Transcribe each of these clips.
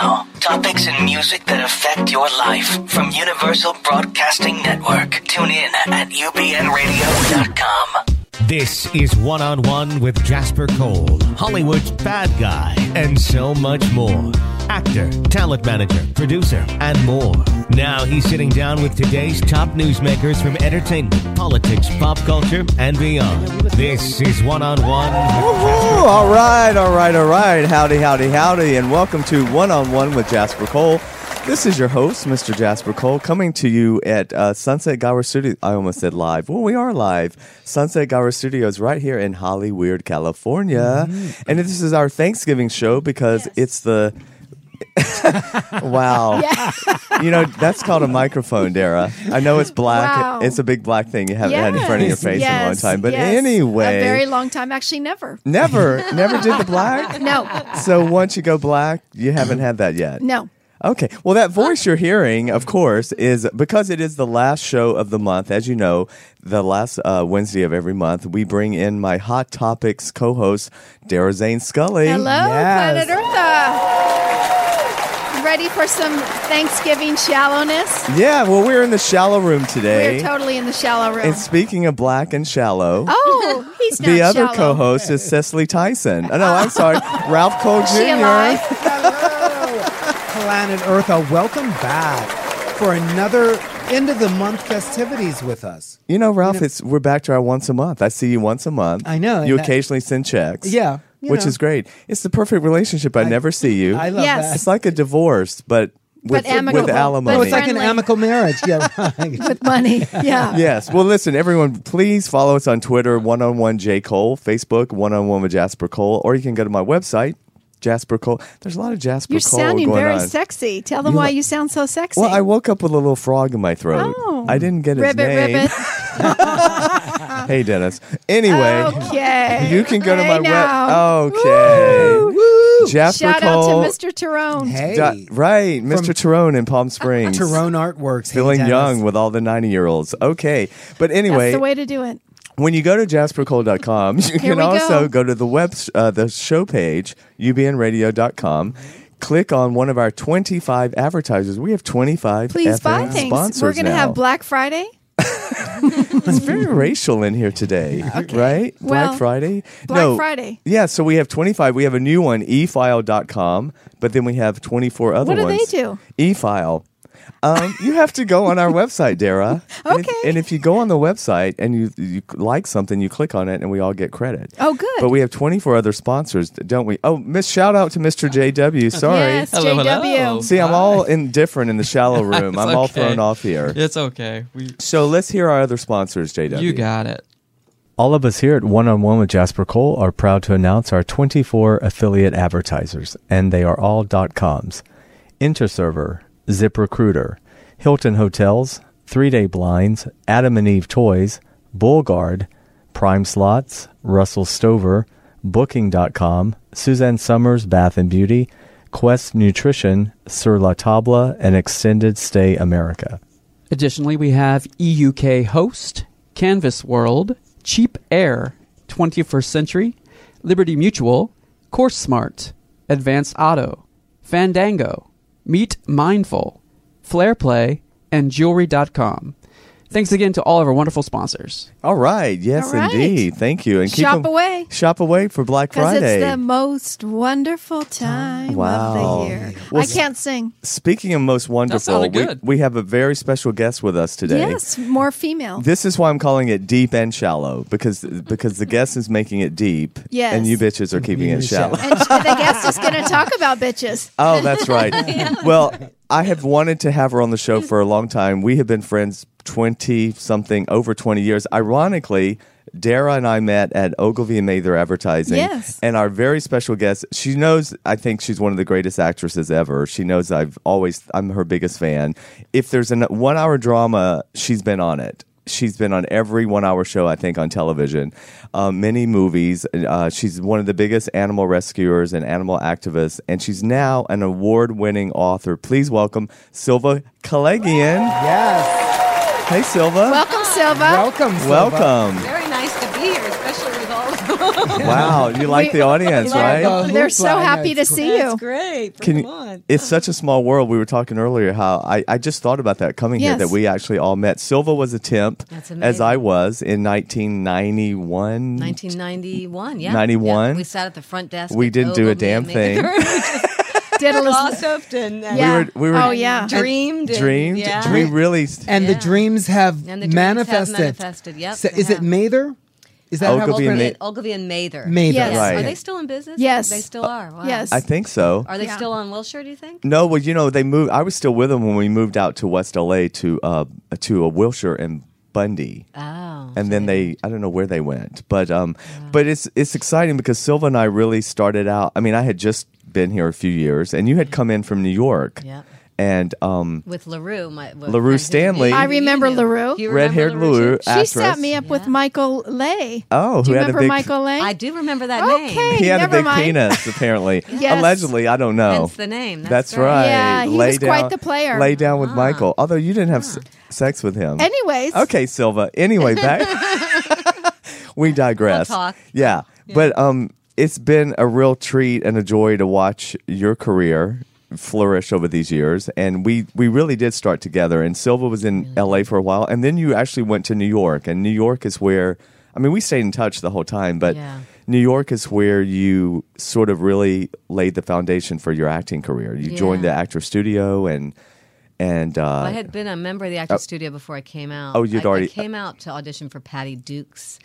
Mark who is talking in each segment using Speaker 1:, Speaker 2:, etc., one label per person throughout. Speaker 1: now. Topics and music that affect your life from Universal Broadcasting Network. Tune in at UBNradio.com.
Speaker 2: This is One on One with Jasper Cole, Hollywood's bad guy, and so much more. Actor, talent manager, producer, and more. Now he's sitting down with today's top newsmakers from entertainment, politics, pop culture, and beyond. This is One on One.
Speaker 3: Woo-hoo! All right, all right, all right. Howdy, howdy, howdy, and welcome to One on One with Jasper Cole. This is your host, Mr. Jasper Cole, coming to you at uh, Sunset Gower Studio. I almost said live. Well, we are live. Sunset Gower Studios, right here in Hollyweird, California,
Speaker 4: Mm-hmm.
Speaker 3: and this is our Thanksgiving show because it's the. wow. You know, that's called a microphone, Dara. I know it's black.
Speaker 4: Wow.
Speaker 3: It's a big black thing you haven't had in front of your
Speaker 4: Yes,
Speaker 3: face in a long
Speaker 4: yes,
Speaker 3: time. But
Speaker 4: yes.
Speaker 3: anyway.
Speaker 4: a very long time, actually, never.
Speaker 3: Never, never did the black.
Speaker 4: No,
Speaker 3: So once you go black, you haven't had that yet.
Speaker 4: no.
Speaker 3: Okay. Well, that voice you're hearing, of course, is because it is the last show of the month. As you know, the last uh, Wednesday of every month, we bring in my Hot Topics co-host, Dara Zane Scully.
Speaker 4: Hello,
Speaker 3: Yes.
Speaker 4: planet Eartha. Ready for some Thanksgiving shallowness?
Speaker 3: Yeah. Well, we're in the shallow room
Speaker 4: We're
Speaker 3: today.
Speaker 4: totally in the shallow room.
Speaker 3: and speaking of black and shallow.
Speaker 4: oh, he's not
Speaker 3: The other
Speaker 4: shallow.
Speaker 3: co-host is Cecily Tyson. Oh, no, I'm sorry, Ralph Cole Jr.
Speaker 4: Is she alive?
Speaker 5: Planet Earth, uh, welcome back for another end of the month festivities with us.
Speaker 3: You know, Ralph, it's we're back to our once a month. I see you once a month.
Speaker 5: I know,
Speaker 3: You
Speaker 5: and that-
Speaker 3: occasionally send checks.
Speaker 5: Yeah, you
Speaker 3: Which
Speaker 5: know.
Speaker 3: is great. It's the perfect relationship. I, never see you.
Speaker 5: I love
Speaker 4: Yes.
Speaker 3: it's like a divorce, but with, with
Speaker 4: amicable.
Speaker 3: alimony.
Speaker 4: But
Speaker 5: that. Oh, it's like an
Speaker 4: Friendly.
Speaker 5: amicable marriage. Yeah, right.
Speaker 4: With money. Yeah.
Speaker 3: Yes. Well, listen, everyone, please follow us on Twitter, one on one J. Cole, Facebook, one on one with Jasper Cole, or you can go to my website, Jasper Cole. There's a lot of Jasper
Speaker 4: You're
Speaker 3: Cole
Speaker 4: sounding
Speaker 3: going
Speaker 4: very
Speaker 3: on.
Speaker 4: sexy. Tell them
Speaker 3: You
Speaker 4: why
Speaker 3: li-
Speaker 4: you sound so sexy.
Speaker 3: Well, I woke up with a little frog in my throat.
Speaker 4: Oh.
Speaker 3: I didn't get his
Speaker 4: ribbit,
Speaker 3: name.
Speaker 4: ribbit.
Speaker 3: Hey, Dennis. Anyway,
Speaker 4: Oh, Okay.
Speaker 3: you can go to
Speaker 4: I
Speaker 3: my
Speaker 4: know.
Speaker 3: web. Okay.
Speaker 5: Woo!
Speaker 3: Jasper
Speaker 4: Shout out
Speaker 3: Cole.
Speaker 4: to Mr. Tyrone.
Speaker 5: Hey,
Speaker 3: Da- right, Mr.
Speaker 5: From-
Speaker 3: Tyrone in Palm Springs.
Speaker 5: Tyrone Artworks.
Speaker 3: Feeling
Speaker 5: hey, Dennis.
Speaker 3: young with all the 90 year olds. Okay. But
Speaker 4: That's
Speaker 3: anyway,
Speaker 4: the way to do it.
Speaker 3: when you go to jaspercole.com, you
Speaker 4: Here
Speaker 3: can
Speaker 4: we
Speaker 3: also go.
Speaker 4: go.
Speaker 3: to the web, uh, the show page, ubnradio.com. Click on one of our 25 advertisers. We have 25
Speaker 4: Please
Speaker 3: FM
Speaker 4: buy things.
Speaker 3: sponsors
Speaker 4: We're going to
Speaker 3: now.
Speaker 4: have Black Friday.
Speaker 3: It's very racial in here today, right? Black
Speaker 4: Mm-hmm. Well,
Speaker 3: Friday?
Speaker 4: Black Friday.
Speaker 3: Yeah, so we have 25. We have a new one, e efile.com, but then we have 24 other
Speaker 4: What do they
Speaker 3: ones.
Speaker 4: do?
Speaker 3: Efile. Um, you have to go on our website, Dara. And if,
Speaker 4: Okay.
Speaker 3: and if you go on the website and you, you like something, you click on it and we all get credit.
Speaker 4: Oh, good.
Speaker 3: But we have 24 other sponsors, don't we? Oh, miss, shout out to Mr. JW. Sorry.
Speaker 4: Yes,
Speaker 6: Hello,
Speaker 4: JW.
Speaker 6: hello.
Speaker 3: See, I'm all indifferent in the shallow room. I'm
Speaker 6: It's
Speaker 3: all
Speaker 6: okay.
Speaker 3: thrown off here.
Speaker 6: It's okay. We,
Speaker 3: So let's hear our other sponsors, JW.
Speaker 6: you got it.
Speaker 7: All of us here at One on One with Jasper Cole are proud to announce our 24 affiliate advertisers, and they are all .coms. Interserver, ZipRecruiter, Hilton Hotels, 3-Day Blinds, Adam and Eve Toys, Bullguard, Prime Slots, Russell Stover, Booking.com, Suzanne Summers Bath and Beauty, Quest Nutrition, Sur La Table, and Extended Stay America.
Speaker 6: Additionally, we have EUK Host, Canvas World, Cheap Air, 21st Century, Liberty Mutual, Course Smart, Advanced Auto, Fandango, Meet Mindful, Flair Play, and Jewelry.com. Thanks again to all of our wonderful sponsors.
Speaker 3: All right. Yes,
Speaker 4: All right.
Speaker 3: indeed. Thank you. And keep
Speaker 4: Shop
Speaker 3: 'em-
Speaker 4: away.
Speaker 3: Shop away for Black
Speaker 4: Because
Speaker 3: Friday.
Speaker 4: it's the most wonderful time
Speaker 3: Wow.
Speaker 4: of the year.
Speaker 3: Well,
Speaker 4: I can't sing.
Speaker 3: Speaking of most wonderful,
Speaker 6: sounded
Speaker 3: we,
Speaker 6: good.
Speaker 3: we have a very special guest with us today.
Speaker 4: Yes, more female.
Speaker 3: This is why I'm calling it deep and shallow because because the guest is making it deep,
Speaker 4: Yes.
Speaker 3: and you bitches are keeping it shallow.
Speaker 4: and sh- the guest is going to talk about bitches.
Speaker 3: Oh, that's right. Well, I have wanted to have her on the show for a long time. We have been friends 20 something, over 20 years. Ironically, Dara and I met at Ogilvy and Mather Advertising.
Speaker 4: Yes.
Speaker 3: And our very special guest, she knows, I think she's one of the greatest actresses ever. She knows I've always, I'm her biggest fan. If there's a one hour drama, she's been on it. She's been on every one hour show, I think, on television, uh, many movies. Uh, she's one of the biggest animal rescuers and animal activists, and she's now an award winning author. Please welcome Silva Kalegian.
Speaker 5: Yes,
Speaker 3: Hey, Silva.
Speaker 4: Welcome, Silva.
Speaker 5: welcome, Silva.
Speaker 3: Welcome.
Speaker 8: Very nice to be here, especially with all of the
Speaker 3: Wow, you like the audience,
Speaker 4: They're-
Speaker 3: right?
Speaker 5: Oh,
Speaker 4: They're
Speaker 5: hoopla,
Speaker 4: so
Speaker 5: I know,
Speaker 4: happy to
Speaker 5: it's
Speaker 4: see you.
Speaker 8: That's great.
Speaker 3: Can
Speaker 8: Can
Speaker 3: you- it's such a small world. We were talking earlier how I, I just thought about that coming
Speaker 4: Yes.
Speaker 3: here that we actually all met. Silva was a temp,
Speaker 8: That's
Speaker 3: as I
Speaker 8: amazing.
Speaker 3: was in 1991.
Speaker 8: 1991, yeah.
Speaker 3: 91?
Speaker 8: Yeah, We sat at the front desk.
Speaker 3: We
Speaker 8: at
Speaker 3: didn't do a
Speaker 8: Ogilvy
Speaker 3: damn
Speaker 8: and made-
Speaker 3: thing.
Speaker 4: Did a little.
Speaker 8: Gossiped and uh,
Speaker 4: Yeah.
Speaker 3: were- we were-
Speaker 4: oh yeah.
Speaker 8: dreamed. and-
Speaker 3: Dreamed.
Speaker 8: yeah.
Speaker 3: We really.
Speaker 5: And the
Speaker 8: Yeah.
Speaker 5: dreams have
Speaker 8: And the dreams have
Speaker 5: manifested.
Speaker 8: manifested, yep,
Speaker 5: So
Speaker 8: they
Speaker 5: is it
Speaker 8: have. Oh,
Speaker 5: Mather? Is that
Speaker 3: Ogilvy
Speaker 5: how
Speaker 3: and
Speaker 5: it's pronounced?
Speaker 8: Ogilvy and, Ogilvy and Mather.
Speaker 5: Mather?
Speaker 4: Yes.
Speaker 3: Right.
Speaker 8: Are they still in business?
Speaker 4: Yes.
Speaker 8: They still are. Wow.
Speaker 4: Yes.
Speaker 3: I think so.
Speaker 8: Are they
Speaker 4: Yeah.
Speaker 8: still on Wilshire, do you think?
Speaker 3: No, well, you know, they moved. I was still with them when we moved out to West LA to uh, to a Wilshire and Bundy.
Speaker 8: Oh.
Speaker 3: and then they I don't know where they went, but um, but it's it's exciting because Silva and I really started out. I mean, I had just been here a few years, and you had come in from New York,
Speaker 8: Yep.
Speaker 3: and um,
Speaker 8: With LaRue. My, with
Speaker 3: LaRue
Speaker 8: my-
Speaker 3: Stanley.
Speaker 4: I remember
Speaker 8: you knew.
Speaker 4: LaRue.
Speaker 8: You remember
Speaker 3: red-haired Lou,
Speaker 8: too?
Speaker 4: She
Speaker 3: actress.
Speaker 4: set me up with
Speaker 8: Yeah.
Speaker 4: Michael Lay.
Speaker 3: Oh, who
Speaker 4: do you
Speaker 3: had a
Speaker 4: remember
Speaker 3: big-
Speaker 4: Michael Lay?
Speaker 8: I do remember that name.
Speaker 4: Okay,
Speaker 3: He had a
Speaker 4: never
Speaker 3: big
Speaker 4: mind.
Speaker 3: penis, apparently.
Speaker 4: Yes.
Speaker 3: Allegedly, I don't know.
Speaker 8: Hence the name. That's right.
Speaker 3: Oh. right.
Speaker 4: Yeah, he was quite the player.
Speaker 3: Lay down
Speaker 8: Ah.
Speaker 3: with Michael. Although you didn't have s- sex with him.
Speaker 4: Anyways,
Speaker 3: Okay, Silva. Anyway, back. we digress.
Speaker 8: We'll talk.
Speaker 3: Yeah. but um, it's been a real treat and a joy to watch your career flourish over these years, and we we really did start together. And Silva was in L.A. for a while, and then you actually went to New York, and New York is where. I mean, we stayed in touch the whole time, but
Speaker 8: Yeah.
Speaker 3: New York is where you sort of really laid the foundation for your acting career. You joined the
Speaker 8: Yeah.
Speaker 3: Actor Studio, and and uh,
Speaker 8: Well, I had been a member of the actor studio before I came out.
Speaker 3: Oh, you'd
Speaker 8: I,
Speaker 3: already-
Speaker 8: I came out to audition for Patty Duke's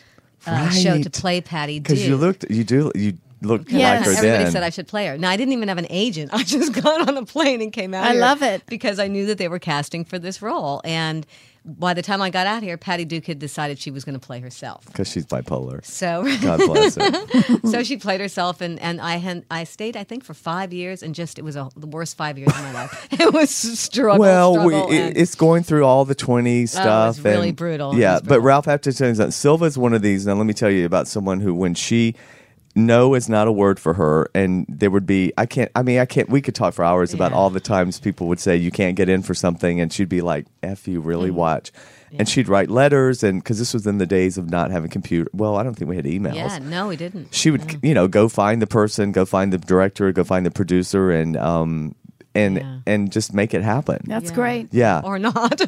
Speaker 8: uh, show to
Speaker 3: Right.
Speaker 8: play Patty Duke.
Speaker 3: Because you looked, you do, you looked
Speaker 4: Yeah.
Speaker 3: like her
Speaker 8: Everybody
Speaker 3: then.
Speaker 8: said I should play her. No, I didn't even have an agent. I just got on a plane and came out.
Speaker 4: I
Speaker 8: here
Speaker 4: love it.
Speaker 8: because I knew that they were casting for this role. And by the time I got out here, Patty Duke had decided she was going to play herself.
Speaker 3: Because she's bipolar.
Speaker 8: So,
Speaker 3: God bless her.
Speaker 8: so she played herself, and, and I had, I stayed I think for five years, and just it was a, the worst five years of my life. It was struggle.
Speaker 3: well, we,
Speaker 8: struggle,
Speaker 3: it,
Speaker 8: and- Oh,
Speaker 3: it's going through all the 20 stuff.
Speaker 8: really
Speaker 3: and-
Speaker 8: brutal. It
Speaker 3: Yeah,
Speaker 8: was
Speaker 3: but
Speaker 8: brutal.
Speaker 3: Ralph Apted Silva is one of these. Now, let me tell you about someone who, when she, no is not a word for her, and there would be, I can't, I mean, I can't, we could talk for hours about
Speaker 8: Yeah.
Speaker 3: all the times people would say, you can't get in for something, and she'd be like, F you, really
Speaker 8: Mm.
Speaker 3: watch. And she'd write letters, and because this was in the days of not having computer. Well, I don't think we had emails.
Speaker 8: yeah, no, we didn't.
Speaker 3: she would you know go find the person go find the director go find the producer and um and
Speaker 8: Yeah.
Speaker 3: and just make it happen
Speaker 4: that's
Speaker 8: Yeah.
Speaker 4: great.
Speaker 3: yeah
Speaker 8: or not.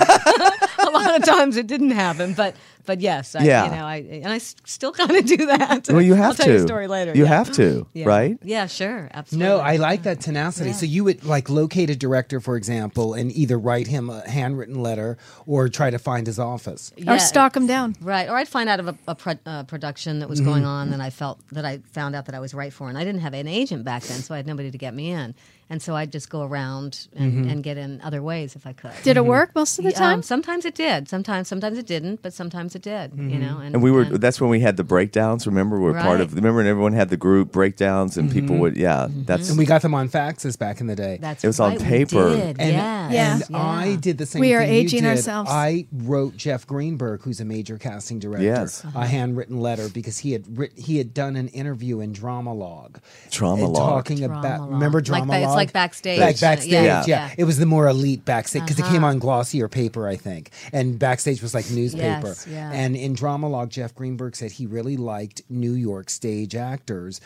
Speaker 8: a lot of times it didn't happen, but but yes, I,
Speaker 3: Yeah.
Speaker 8: you know, I and I s- still kind of do that.
Speaker 3: well you have
Speaker 8: I'll
Speaker 3: to
Speaker 8: Tell you a story later.
Speaker 3: you
Speaker 8: yeah.
Speaker 3: have to
Speaker 8: Yeah.
Speaker 3: right
Speaker 8: Yeah, sure, absolutely.
Speaker 5: No, I like that tenacity. So you would like locate a director, for example, and either write him a handwritten letter or try to find his office.
Speaker 4: Or
Speaker 8: Yeah.
Speaker 4: stalk him down.
Speaker 8: Right, or I'd find out of a, a pro- uh, production that was going
Speaker 3: Mm-hmm.
Speaker 8: on that I felt that I found out that I was right for, and I didn't have an agent back then, so I had nobody to get me in, and so I'd just go around and,
Speaker 5: Mm-hmm.
Speaker 8: and get in other ways if I could.
Speaker 4: Did
Speaker 3: Mm-hmm.
Speaker 4: it work most of the
Speaker 8: Um,
Speaker 4: time?
Speaker 8: sometimes it did. Sometimes, sometimes it didn't, but sometimes it did.
Speaker 5: Mm-hmm.
Speaker 8: You know, and,
Speaker 3: and we were that's when we had the breakdowns remember we were part of
Speaker 8: Right. Mm-hmm.
Speaker 3: remember when everyone had the group breakdowns and people would yeah that's
Speaker 5: And we got them on faxes back in the day.
Speaker 8: that's
Speaker 3: it was on
Speaker 8: right, we
Speaker 3: paper.
Speaker 8: did,
Speaker 5: And,
Speaker 4: Yeah.
Speaker 8: yes,
Speaker 5: and I did the same
Speaker 4: We are
Speaker 5: thing you
Speaker 4: aging
Speaker 5: did.
Speaker 4: ourselves.
Speaker 5: I wrote Jeff Greenberg, who's a major casting director,
Speaker 3: Yes.
Speaker 5: a handwritten letter because he had writ- he had done an interview in Drama Log.
Speaker 3: Trauma
Speaker 5: and
Speaker 3: log.
Speaker 5: talking about
Speaker 8: Tramalog.
Speaker 5: remember
Speaker 8: Like
Speaker 5: Drama
Speaker 8: ba- it's
Speaker 5: Log?
Speaker 8: like backstage.
Speaker 5: Like backstage, yeah,
Speaker 8: Yeah. Yeah.
Speaker 5: It was the more elite backstage because it came on glossier paper, I think, and backstage was like newspaper.
Speaker 8: Yes, yeah.
Speaker 5: And in Drama Log, Jeff Greenberg said he really liked New York stage actors.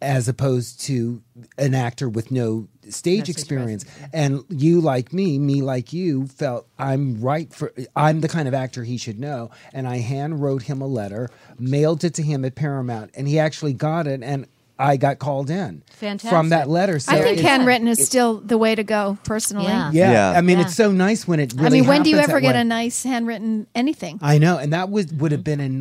Speaker 5: As opposed to an actor with no stage experience, and you like me, me like you, felt I'm right for I'm the kind of actor he should know. And I hand wrote him a letter, mailed it to him at Paramount, and he actually got it. And I got called in from
Speaker 8: Fantastic.
Speaker 5: that letter.
Speaker 4: I
Speaker 5: So
Speaker 4: think
Speaker 5: it's-
Speaker 4: handwritten is still the way to go, personally.
Speaker 8: Yeah.
Speaker 5: Yeah,
Speaker 3: Yeah.
Speaker 5: I mean,
Speaker 8: Yeah.
Speaker 5: it's so nice when it. Really
Speaker 4: I mean, when do you
Speaker 5: happens
Speaker 4: ever
Speaker 5: that
Speaker 4: get
Speaker 5: way.
Speaker 4: a nice handwritten anything?
Speaker 5: I know, and that was would have been in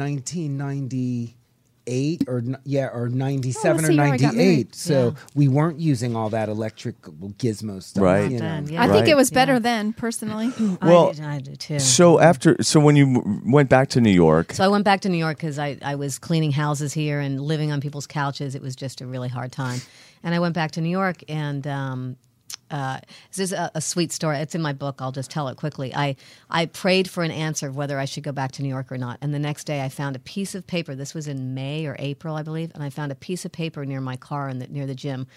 Speaker 5: 1998 or n- yeah, or 97
Speaker 4: Well,
Speaker 5: or
Speaker 4: Oh, let's see, I got
Speaker 5: 98.
Speaker 4: married.
Speaker 5: So we weren't using all that electric gizmo stuff,
Speaker 3: Right.
Speaker 5: You know.
Speaker 8: Done, yeah.
Speaker 4: I think
Speaker 3: Right.
Speaker 4: it was better then, personally.
Speaker 3: Well,
Speaker 8: I did, I did too.
Speaker 3: so after so when you w- went back to new york
Speaker 8: So I went back to New York because I, I was cleaning houses here and living on people's couches. It was just a really hard time. And I went back to New York and. Um, uh, this is a, a sweet story. It's in my book. I'll just tell it quickly. I, I prayed for an answer of whether I should go back to New York or not. And the next day, I found a piece of paper. This was in May or April, I believe. And I found a piece of paper near my car and the, near the gym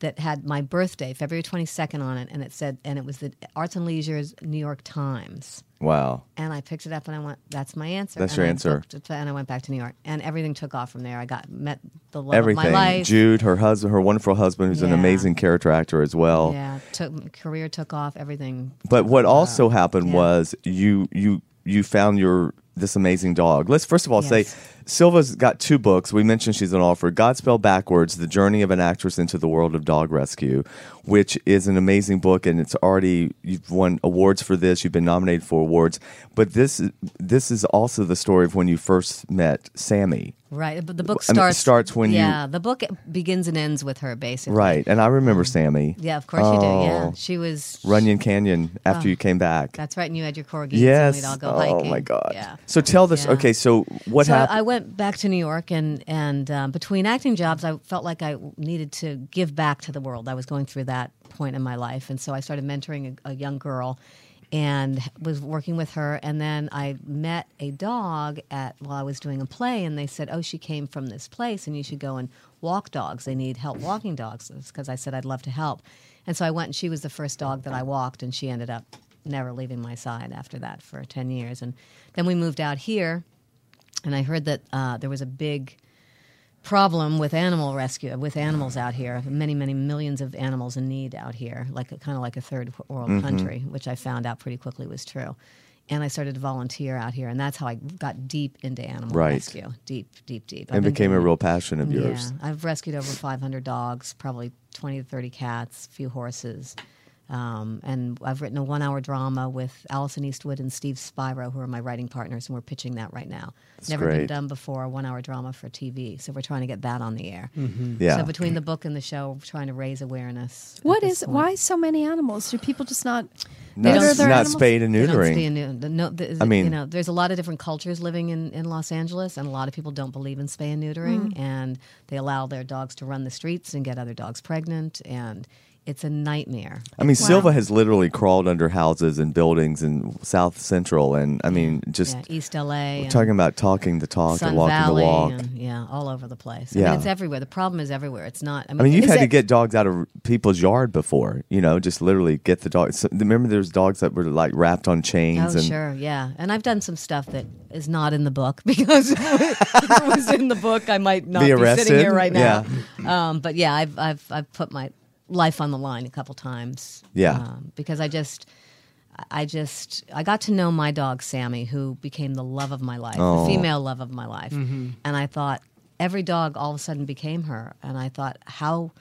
Speaker 8: that had my birthday, February 22nd, on it, and it said, and it was the Arts and Leisure's New York Times.
Speaker 3: Wow.
Speaker 8: And I picked it up and I went, that's my answer.
Speaker 3: That's
Speaker 8: And
Speaker 3: your
Speaker 8: I
Speaker 3: answer.
Speaker 8: booked it, and I went back to New York and everything took off from there. I got, met the love
Speaker 3: Everything.
Speaker 8: of my life.
Speaker 3: Jude, her husband, her wonderful husband, who's an
Speaker 8: Yeah.
Speaker 3: amazing character actor as well.
Speaker 8: Yeah, took, career took off, everything.
Speaker 3: But what also happened
Speaker 8: Yeah.
Speaker 3: was you you you found your this amazing dog. Let's first of all
Speaker 8: Yes.
Speaker 3: say Silva's got two books. We mentioned she's an author. Godspell Backwards: The Journey of an Actress into the World of Dog Rescue, which is an amazing book, and it's already you've won awards for this. You've been nominated for awards. But this this is also the story of when you first met Sammy.
Speaker 8: Right. But the book
Speaker 3: I mean, it
Speaker 8: starts,
Speaker 3: starts when you-
Speaker 8: Yeah, the book begins and ends with her, basically.
Speaker 3: Right, and I remember Sammy.
Speaker 8: Mm-hmm. Yeah, of course you do. Yeah. Oh.
Speaker 3: Oh.
Speaker 8: She was.
Speaker 3: Runyon Canyon after you came back.
Speaker 8: That's right. And you had your corgis.
Speaker 3: Yes.
Speaker 8: And we'd all go
Speaker 3: oh
Speaker 8: hiking.
Speaker 3: my God.
Speaker 8: Yeah.
Speaker 3: So tell this.
Speaker 8: Yeah.
Speaker 3: Okay. So what
Speaker 8: so I-
Speaker 3: happened?
Speaker 8: I went back to New York, and and um, between acting jobs, I felt like I needed to give back to the world. I was going through that point in my life, and so I started mentoring a, a young girl, and was working with her. And then I met a dog at while I was doing a play, and they said, "Oh, she came from this place, and you should go and walk dogs. They need help walking dogs." Because I said I'd love to help, and so I went, and she was the first dog that I walked, and she ended up never leaving my side after that for 10 years and then we moved out here and I heard that uh, there was a big problem with animal rescue with animals out here. Many, many millions of animals in need out here, like kind of like a third world
Speaker 3: Mm-hmm.
Speaker 8: country, which I found out pretty quickly was true. And I started to volunteer out here, and that's how I got deep into animal
Speaker 3: Right.
Speaker 8: rescue. Deep, deep, deep. I've
Speaker 3: and
Speaker 8: been
Speaker 3: became a
Speaker 8: doing-
Speaker 3: real passion of yours.
Speaker 8: yeah, I've rescued over 500 dogs, probably 20 to 30 cats, a few horses. Um, and I've written a one hour drama with Allison Eastwood and Steve Spiro, who are my writing partners, and we're pitching that right now. Never
Speaker 3: great.
Speaker 8: been done before, a one hour drama for TV. So we're trying to get that on the air.
Speaker 3: Mm-hmm. Yeah.
Speaker 8: So between the book and the show, we're trying to raise awareness.
Speaker 4: What is why so many animals? Do people just not
Speaker 3: Not,
Speaker 4: litter their
Speaker 3: not
Speaker 4: animals?
Speaker 3: spayed and
Speaker 8: They don't
Speaker 3: neutering.
Speaker 8: see a new- the- no, the-
Speaker 3: I mean-
Speaker 8: you know, there's a lot of different cultures living in, in Los Angeles, and a lot of people don't believe in spay and neutering, and they allow their dogs to run the streets and get other dogs pregnant, and it's a nightmare.
Speaker 3: I mean, Silva has literally crawled under houses and buildings in South Central, and I mean, just
Speaker 8: Yeah, East LA, and
Speaker 3: talking about talking the talk
Speaker 8: Sun
Speaker 3: and walking
Speaker 8: Valley,
Speaker 3: the walk.
Speaker 8: and yeah, all over the place. I
Speaker 3: Yeah.
Speaker 8: mean, it's everywhere. The problem is everywhere. It's not. I mean,
Speaker 3: I mean, you've
Speaker 8: it's-
Speaker 3: had to
Speaker 4: it-
Speaker 3: get dogs out of people's yard before, you know, just literally get the dog. So, remember, there's dogs that were like wrapped on chains,
Speaker 8: Oh
Speaker 3: and
Speaker 8: sure, yeah, and I've done some stuff that is not in the book because if it was in the book, I might not
Speaker 3: Be
Speaker 8: be,
Speaker 3: arrested?
Speaker 8: sitting here right now. Um, but yeah, I've I've I've put my life on the line a couple times.
Speaker 3: Yeah.
Speaker 8: um, because I just. I just I got to know my dog Sammy, who became the love of my life, the female love of my life, and I thought every dog all of a sudden became her, and I thought how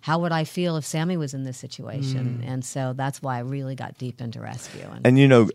Speaker 8: how would I feel if Sammy was in this situation, and so that's why I really got deep into rescue. And,
Speaker 3: Mm. and you know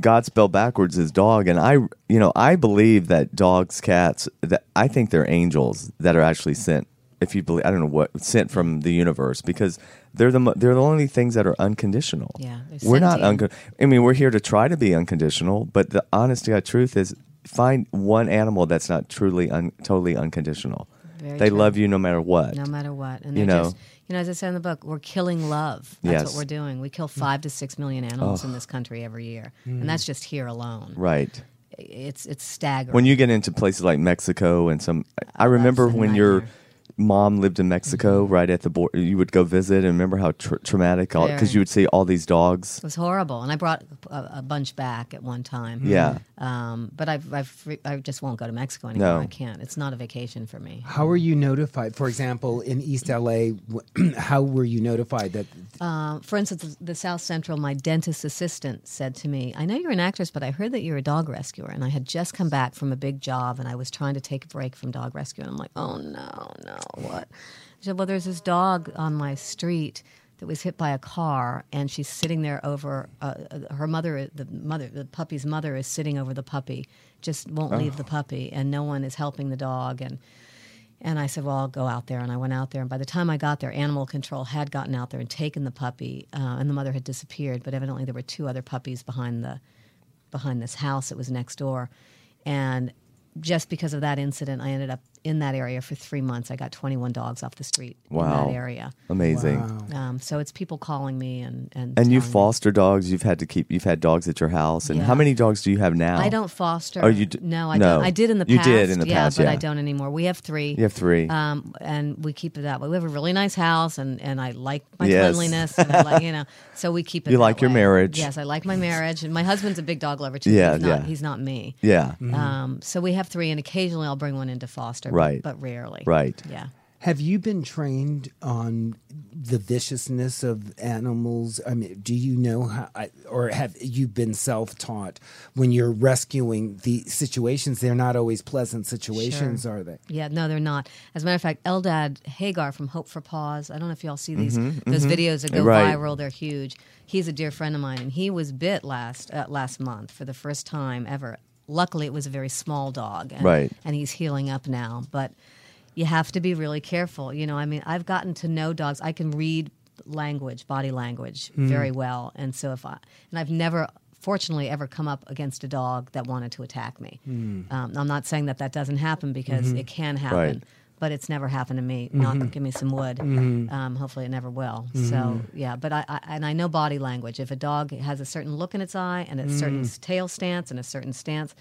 Speaker 3: god spelled backwards is dog and i you know i believe that dogs cats that i think they're angels that are actually sent if you believe i don't know what sent from the universe because they're the mo- they're the only things that are unconditional
Speaker 8: Yeah, they're
Speaker 3: we're not
Speaker 8: sentient.
Speaker 3: unco- i mean we're here to try to be unconditional but the honest to god truth is find one animal that's not truly un- totally unconditional
Speaker 8: Very
Speaker 3: they
Speaker 8: true.
Speaker 3: love you no matter what
Speaker 8: No matter what. And
Speaker 3: You
Speaker 8: you
Speaker 3: know.
Speaker 8: know, just, you know, as I said in the book, we're killing love. That's
Speaker 3: Yes. Mm.
Speaker 8: what we're doing. We kill five to six million animals in this country every year, and that's just here alone.
Speaker 3: right
Speaker 8: It's it's staggering.
Speaker 3: when you get into places like Mexico and some, I remember
Speaker 8: the
Speaker 3: when your
Speaker 8: nightmare. Mm-hmm.
Speaker 3: mom lived in Mexico, right at the border, you would go visit and remember how tr traumatic all because
Speaker 8: Very.
Speaker 3: you would see all these dogs.
Speaker 8: it was horrible, and I brought a, a bunch back at one time.
Speaker 3: Yeah,
Speaker 8: Um, but I've, I've re- I just won't go to Mexico anymore.
Speaker 3: No.
Speaker 8: I can't. It's not a vacation for me.
Speaker 5: How are you notified? For example, in East LA, wh- how were you notified that
Speaker 8: Um, for instance, the South Central, my dentist assistant said to me, I know you're an actress, but I heard that you're a dog rescuer. And I had just come back from a big job and I was trying to take a break from dog rescue. And I'm like, oh no, no, what? She said, well, there's this dog on my street that was hit by a car and she's sitting there over uh, uh, her mother the mother the puppy's mother is sitting over the puppy just won't leave the puppy and no one is helping the dog and and I said, well, I'll go out there. And I went out there. And by the time I got there, animal control had gotten out there and taken the puppy, uh, and the mother had disappeared. But evidently, there were two other puppies behind the behind this house that was next door. And just because of that incident, I ended up in that area for three months. I got 21 dogs off the street
Speaker 3: Wow.
Speaker 8: in that area.
Speaker 3: Amazing.
Speaker 8: Um, so it's people calling me and and
Speaker 3: And you
Speaker 8: telling me.
Speaker 3: foster dogs. You've had to keep. You've had dogs at your house. And
Speaker 8: Yeah.
Speaker 3: how many dogs do you have now?
Speaker 8: I don't foster.
Speaker 3: Oh, you d-
Speaker 8: no, I
Speaker 3: no.
Speaker 8: don't. I did in the
Speaker 3: You
Speaker 8: past.
Speaker 3: did in the
Speaker 8: yeah,
Speaker 3: past,
Speaker 8: but
Speaker 3: yeah.
Speaker 8: I don't anymore. We have three.
Speaker 3: You have three.
Speaker 8: Um, and we keep it that way. We have a really nice house, and, and I like my
Speaker 3: Yes.
Speaker 8: cleanliness, and I like, you know, so we keep it.
Speaker 3: You
Speaker 8: that
Speaker 3: like your
Speaker 8: way.
Speaker 3: marriage.
Speaker 8: Yes, I like my marriage, and my husband's a big dog lover too.
Speaker 3: Yeah,
Speaker 8: he's not,
Speaker 3: yeah. Mm-hmm.
Speaker 8: He's not me.
Speaker 3: yeah.
Speaker 8: Um, so we have three, and occasionally I'll bring one into foster, but-
Speaker 3: Right.
Speaker 8: But rarely,
Speaker 3: Right.
Speaker 8: Yeah.
Speaker 5: Have you been trained on the viciousness of animals? I mean, do you know how, I- or have you been self taught when you're rescuing the situations? They're not always pleasant situations, are they?
Speaker 8: Yeah, no, they're not. As a matter of fact, Eldad Hagar from Hope for Paws. I don't know if y'all see these
Speaker 5: Mm-hmm,
Speaker 8: those videos that go
Speaker 3: Right.
Speaker 8: viral. They're huge. He's a dear friend of mine, and he was bit last uh, last month for the first time ever. Luckily, it was a very small dog, and,
Speaker 3: Right.
Speaker 8: And he's healing up now, but you have to be really careful. You know, I mean, I've gotten to know dogs. I can read language, body language, very well, and so if I and I've never. Fortunately, ever come up against a dog that wanted to attack me. Um, I'm not saying that that doesn't happen because it can happen,
Speaker 3: Right.
Speaker 8: but it's never happened to me. Knock, give me some wood. Um, hopefully, it never will. So yeah, but I, I and I know body language. If a dog has a certain look in its eye and a certain tail stance and a certain stance,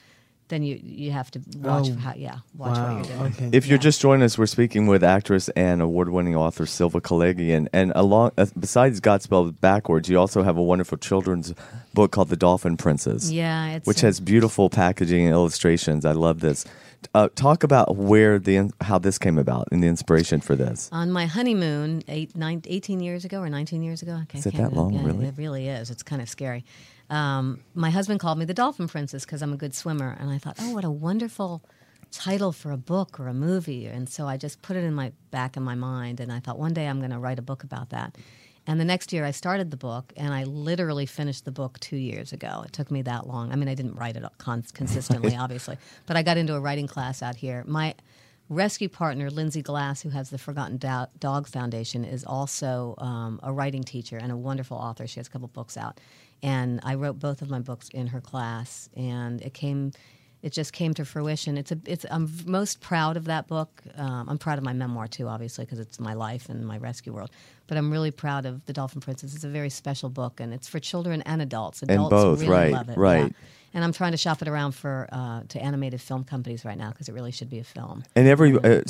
Speaker 8: then you you have to watch
Speaker 5: Oh,
Speaker 8: how yeah watch what you're doing.
Speaker 5: Okay.
Speaker 3: If you're just joining us, we're speaking with actress and award-winning author Silva Kalagian. And along, uh, besides God Spelled Backwards, you also have a wonderful children's book called The Dolphin Princess.
Speaker 8: Yeah, it's
Speaker 3: which has beautiful packaging and illustrations. I love this. Uh, talk about where the in- how this came about and the inspiration for this.
Speaker 8: on my honeymoon eight, nine, 18 years ago or 19 years ago. Okay,
Speaker 3: Is it that long, really?
Speaker 8: It really is. It's kind of scary. Um, my husband called me the Dolphin Princess because I'm a good swimmer. And I thought, oh, what a wonderful title for a book or a movie. And so I just put it in my back in my mind. And I thought, one day I'm going to write a book about that. And the next year I started the book and I literally finished the book two years ago. It took me that long. I mean, I didn't write it con- consistently, obviously, but I got into a writing class out here. My rescue partner Lindsay Glass, who has the Forgotten Do- Dog Foundation, is also um, a writing teacher and a wonderful author. She has a couple books out, and I wrote both of my books in her class, and it came. It just came to fruition. It's a. It's. I'm v- most proud of that book. Um, I'm proud of my memoir too, obviously, because it's my life and my rescue world. But I'm really proud of the Dolphin Princess. It's a very special book, and it's for children and adults. Adults
Speaker 3: both,
Speaker 8: really
Speaker 3: right,
Speaker 8: love it.
Speaker 3: right.
Speaker 8: yeah. And I'm trying to shop it around for uh, to animated film companies right now because it really should be a film.
Speaker 3: And every uh,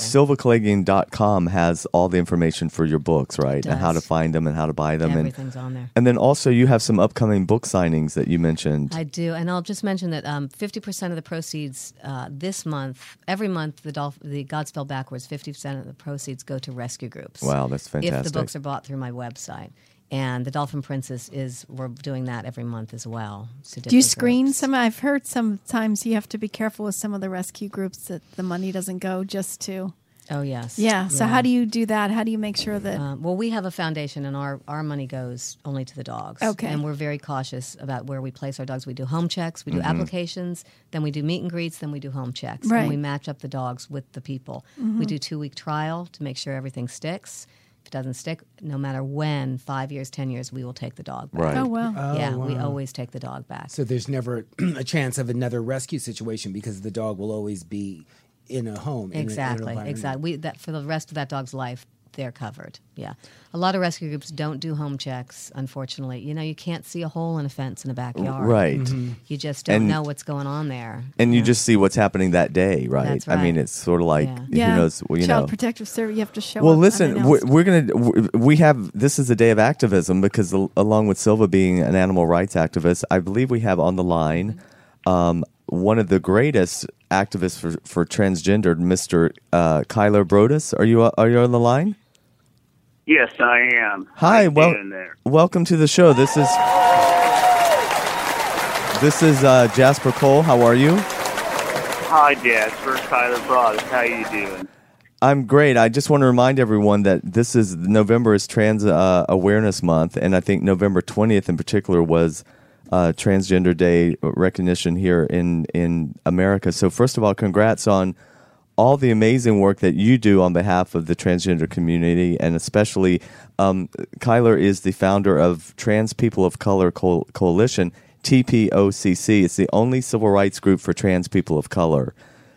Speaker 3: silvacalagian.com has all the information for your books, right? And how to
Speaker 8: does.
Speaker 3: find them and how to buy them. And,
Speaker 8: Everything's on there.
Speaker 3: and then also you have some upcoming book signings that you mentioned.
Speaker 8: I do, and I'll just mention that um, 50% of the proceeds uh, this month, every month, the Dolph- the Godspell backwards, 50% of the proceeds go to rescue groups.
Speaker 3: Wow, that's
Speaker 8: If the
Speaker 3: fantastic.
Speaker 8: books are bought through my website, and the Dolphin Princess is, we're doing that every month as well. to
Speaker 4: Do you
Speaker 8: different
Speaker 4: screen
Speaker 8: groups.
Speaker 4: some? I've heard sometimes you have to be careful with some of the rescue groups that the money doesn't go just to.
Speaker 8: Oh yes.
Speaker 4: Yeah. So how do you do that? How do you make sure that?
Speaker 8: Um, well, we have a foundation, and our, our money goes only to the dogs.
Speaker 4: Okay.
Speaker 8: And we're very cautious about where we place our dogs. We do home checks, we do applications, then we do meet and greets, then we do home checks.
Speaker 4: Right. Mm-hmm.
Speaker 8: And we match up the dogs with the people. We do two week trial to make sure everything sticks. If it doesn't stick, no matter when, five years, 10 years, we will take the dog back.
Speaker 3: Right. Uh,
Speaker 4: oh well.
Speaker 8: yeah, we always take the dog back.
Speaker 5: So there's never a chance of another rescue situation because the dog will always be in a home. in an- in an
Speaker 8: Exactly,
Speaker 5: environment.
Speaker 8: exactly. We, that for the rest of that dog's life, they're covered. Yeah, a lot of rescue groups don't do home checks. Unfortunately, you know, you can't see a hole in a fence in a backyard.
Speaker 3: right.
Speaker 8: You just don't
Speaker 3: And-
Speaker 8: know what's going on there.
Speaker 3: And you just see what's happening that day, right?
Speaker 8: That's
Speaker 3: I mean,
Speaker 8: right.
Speaker 3: it's sort of like
Speaker 8: Yeah.
Speaker 4: yeah.
Speaker 3: who knows, well, you
Speaker 4: Child
Speaker 3: know.
Speaker 4: protective service. You have to show.
Speaker 3: Well,
Speaker 4: up
Speaker 3: listen, we're,
Speaker 4: unannounced.
Speaker 3: we're going to, we have, this is a day of activism because al- along with Silva being an animal rights activist, I believe we have on the line um, one of the greatest activists for, for transgendered, Mr. Uh, Kyler Brodus. Are you, are you on the line?
Speaker 9: Yes, I am.
Speaker 3: Hi,
Speaker 9: I'm
Speaker 3: well,
Speaker 9: doing there.
Speaker 3: welcome to the show. This is, this is uh, Jasper Cole. How are you?
Speaker 9: Hi, Jasper. Tyler Broadus. How you doing?
Speaker 3: I'm great. I just want to remind everyone that this is November is Trans uh, Awareness Month, and I think November 20th in particular was uh, Transgender Day recognition here in in America. So first of all, congrats on all the amazing work that you do on behalf of the transgender community, and especially um, Kyler is the founder of Trans People of Color Co- Coalition (TPOCC). It's the only civil rights group for trans people of color.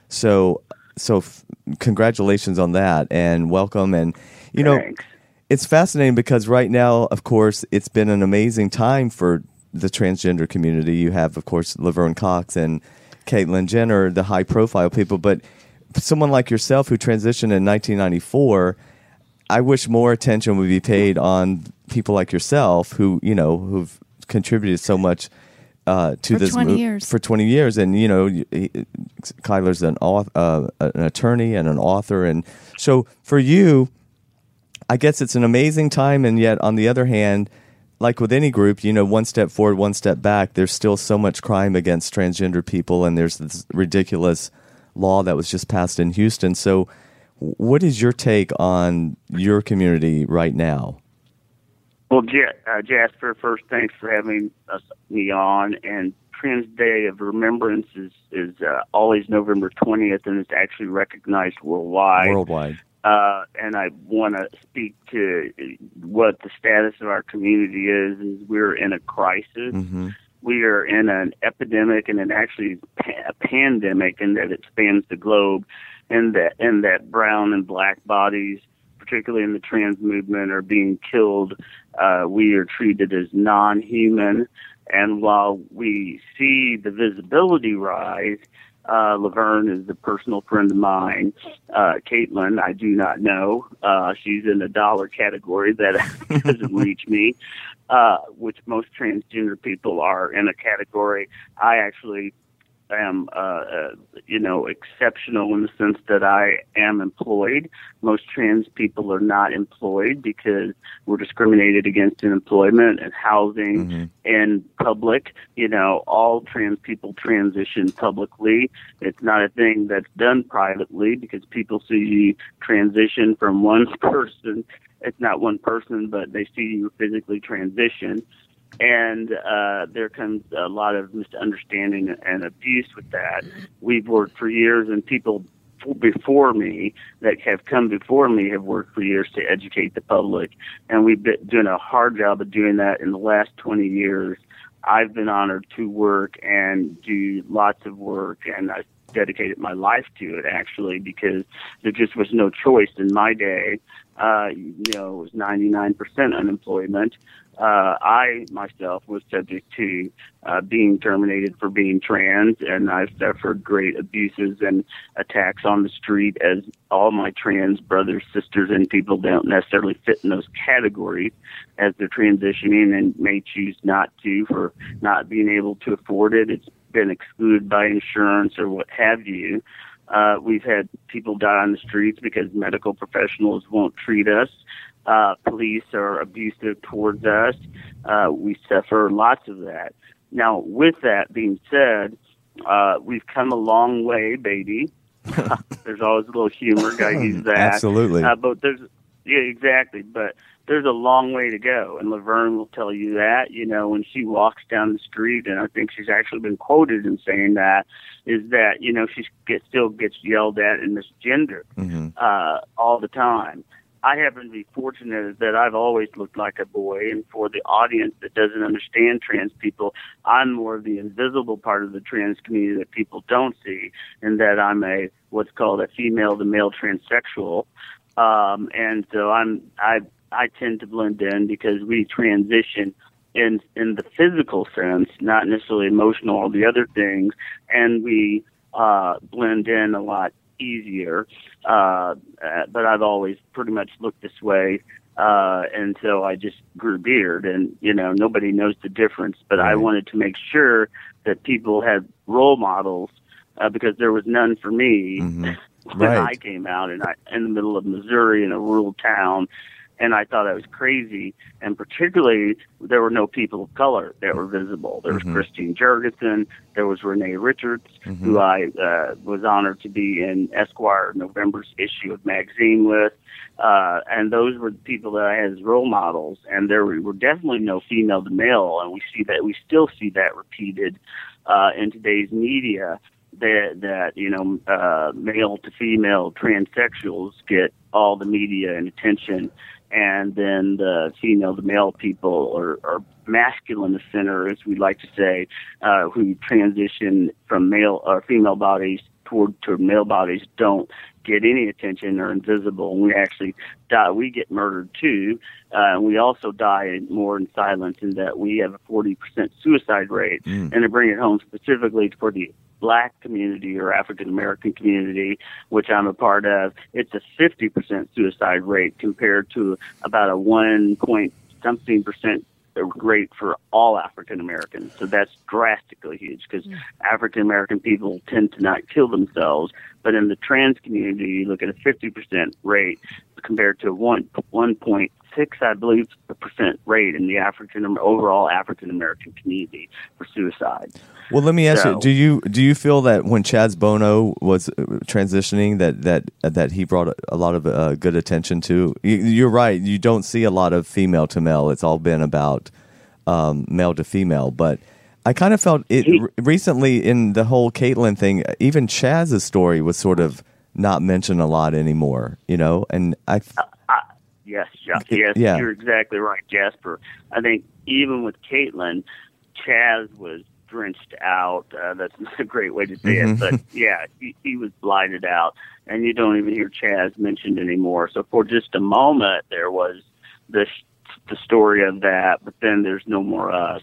Speaker 3: So so f- congratulations on that and welcome and you know
Speaker 9: Thanks.
Speaker 3: it's fascinating because right now of course it's been an amazing time for the transgender community you have of course laverne cox and caitlyn jenner the high profile people but someone like yourself who transitioned in 1994 I wish more attention would be paid on people like yourself who you know who've contributed so much uh, to
Speaker 4: For
Speaker 3: this
Speaker 4: 20
Speaker 3: mov-
Speaker 4: years.
Speaker 3: for 20 years and you know you- he- Kyler's an author, uh, an attorney and an author and so for you I guess it's an amazing time and yet on the other hand like with any group you know one step forward one step back there's still so much crime against transgender people and there's this ridiculous law that was just passed in Houston so what is your take on your community right now?
Speaker 9: Well, Ja- uh, Jasper, first, thanks for having us, me on. And Trans Day of Remembrance is, is uh, always November 20th, and it's actually recognized worldwide.
Speaker 3: Worldwide.
Speaker 9: Uh, and I want to speak to what the status of our community is. Is we're in a crisis. We are in an epidemic and an actually pa- a pandemic, in that it spans the globe, and that and that brown and black bodies, particularly in the trans movement, are being killed. Uh, we are treated as non-human, and while we see the visibility rise, uh, Laverne is a personal friend of mine. Uh, Caitlin, I do not know. Uh, she's in the dollar category that doesn't reach me, uh, which most transgender people are in a category. I actually am, uh, uh, you know, exceptional in the sense that I am employed. Most trans people are not employed because we're discriminated against in employment and housing and public. You know, all trans people transition publicly. It's not a thing that's done privately because people see you transition from one person. It's not one person, but they see you physically transition. And uh, there comes a lot of misunderstanding and abuse with that. We've worked for years, and people f- before me that have come before me have worked for years to educate the public. And we've been doing a hard job of doing that in the last 20 years. I've been honored to work and do lots of work, and I dedicated my life to it actually because there just was no choice in my day. Uh, you know, it was 99% unemployment. Uh, I myself was subject to uh, being terminated for being trans, and I've suffered great abuses and attacks on the street as all my trans brothers, sisters, and people don't necessarily fit in those categories as they're transitioning and may choose not to for not being able to afford it. It's been excluded by insurance or what have you. Uh, we've had people die on the streets because medical professionals won't treat us. Uh, police are abusive towards us. Uh, we suffer lots of that. Now, with that being said, uh, we've come a long way, baby. there's always a little humor. Gotta use that.
Speaker 3: Absolutely.
Speaker 9: Uh, but there's yeah, exactly. But there's a long way to go, and Laverne will tell you that. You know, when she walks down the street, and I think she's actually been quoted in saying that, is that you know she gets, still gets yelled at and misgendered uh, all the time. I happen to be fortunate that I've always looked like a boy, and for the audience that doesn't understand trans people, I'm more of the invisible part of the trans community that people don't see, and that I'm a what's called a female to male transsexual, um, and so I'm I I tend to blend in because we transition in in the physical sense, not necessarily emotional, all the other things, and we uh, blend in a lot easier. Uh, uh, but I've always pretty much looked this way uh, until I just grew a beard, and you know nobody knows the difference. But I wanted to make sure that people had role models uh, because there was none for me
Speaker 3: Mm-hmm.
Speaker 9: when
Speaker 3: Right.
Speaker 9: I came out, and I in the middle of Missouri in a rural town. And I thought I was crazy. And particularly, there were no people of color that were visible. There was Christine Jurgensen. There was Renee Richards, who I uh, was honored to be in Esquire November's issue of magazine with. Uh, and those were the people that I had as role models. And there were were definitely no female to male. And we see that, we still see that repeated uh, in today's media that that you know uh, male to female transsexuals get all the media and attention, and then the female to male people or, or masculine center, as we like to say, uh, who transition from male or uh, female bodies toward toward male bodies don't get any attention or invisible and we actually die we get murdered too uh, we also die in- more in silence in that we have a 40% suicide rate and to bring it home specifically for the black community or african american community which i'm a part of it's a 50% suicide rate compared to about a 1 point something percent rate for all African Americans. So that's drastically huge because African American people tend to not kill themselves. But in the trans community, you look at a 50% rate compared to one 1.6, I believe, percent rate in the African overall African American community for suicide.
Speaker 3: Well, let me ask
Speaker 9: So-
Speaker 3: you: Do you do you feel that when Chaz Bono was uh, transitioning, that that uh, that he brought a- a lot of uh, good attention to? You- You're right. You don't see a lot of female to male. It's all been about um, male to female. But I kind of felt it re- recently in the whole Caitlyn thing. uh, Even Chaz's story was sort of not mentioned a lot anymore. You know, and I
Speaker 9: Uh, Yes, ja- yes,
Speaker 3: yeah.
Speaker 9: you're exactly right, Jasper. I think even with Caitlin, Chaz was drenched out. Uh, that's not a great way to say it, but yeah, he, he was blinded out, and you don't even hear Chaz mentioned anymore. So for just a moment, there was the the story of that, but then there's no more us.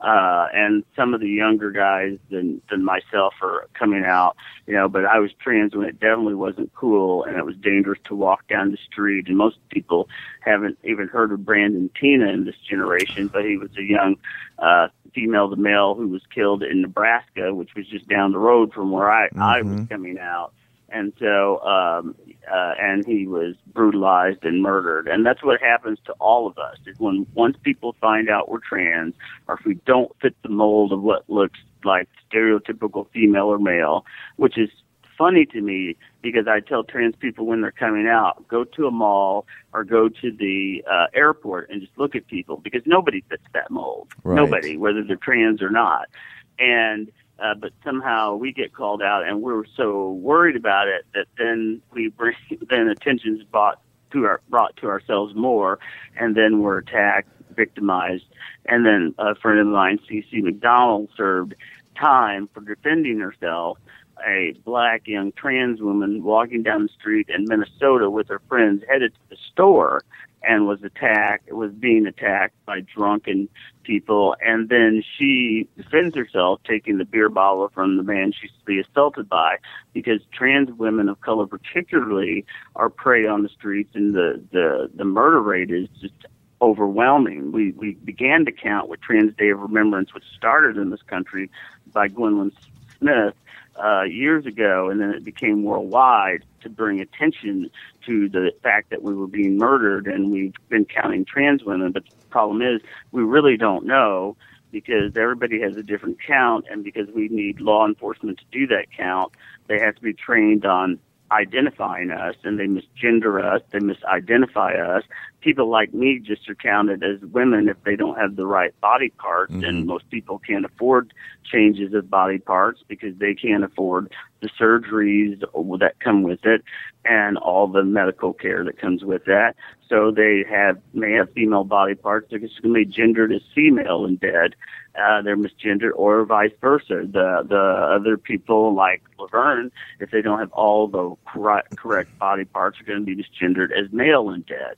Speaker 9: Uh, and some of the younger guys than than myself are coming out, you know. But I was trans when it definitely wasn't cool, and it was dangerous to walk down the street. And most people haven't even heard of Brandon Tina in this generation, but he was a young uh, female to male who was killed in Nebraska, which was just down the road from where I I was coming out and so um, uh, and he was brutalized and murdered and that's what happens to all of us is when once people find out we're trans or if we don't fit the mold of what looks like stereotypical female or male which is funny to me because i tell trans people when they're coming out go to a mall or go to the uh, airport and just look at people because nobody fits that mold
Speaker 3: Right.
Speaker 9: nobody whether they're trans or not and uh, but somehow we get called out, and we're so worried about it that then we bring then attention's brought to our brought to ourselves more, and then we're attacked, victimized, and then a friend of mine, C.C. McDonald, served time for defending herself. A black young trans woman walking down the street in Minnesota with her friends headed to the store and was attacked was being attacked by drunken people and then she defends herself taking the beer bottle from the man she's to be assaulted by because trans women of color particularly are prey on the streets and the the the murder rate is just overwhelming we we began to count with trans day of remembrance which started in this country by gwendolyn smith uh, years ago, and then it became worldwide to bring attention to the fact that we were being murdered, and we've been counting trans women. But the problem is, we really don't know because everybody has a different count, and because we need law enforcement to do that count, they have to be trained on identifying us and they misgender us, they misidentify us. People like me just are counted as women if they don't have the right body parts, and most people can't afford changes of body parts because they can't afford the surgeries that come with it and all the medical care that comes with that. So they have may have female body parts. They're just going to be gendered as female and dead. Uh, they're misgendered, or vice versa. The the other people like Laverne, if they don't have all the correct, correct body parts, are going to be misgendered as male and dead.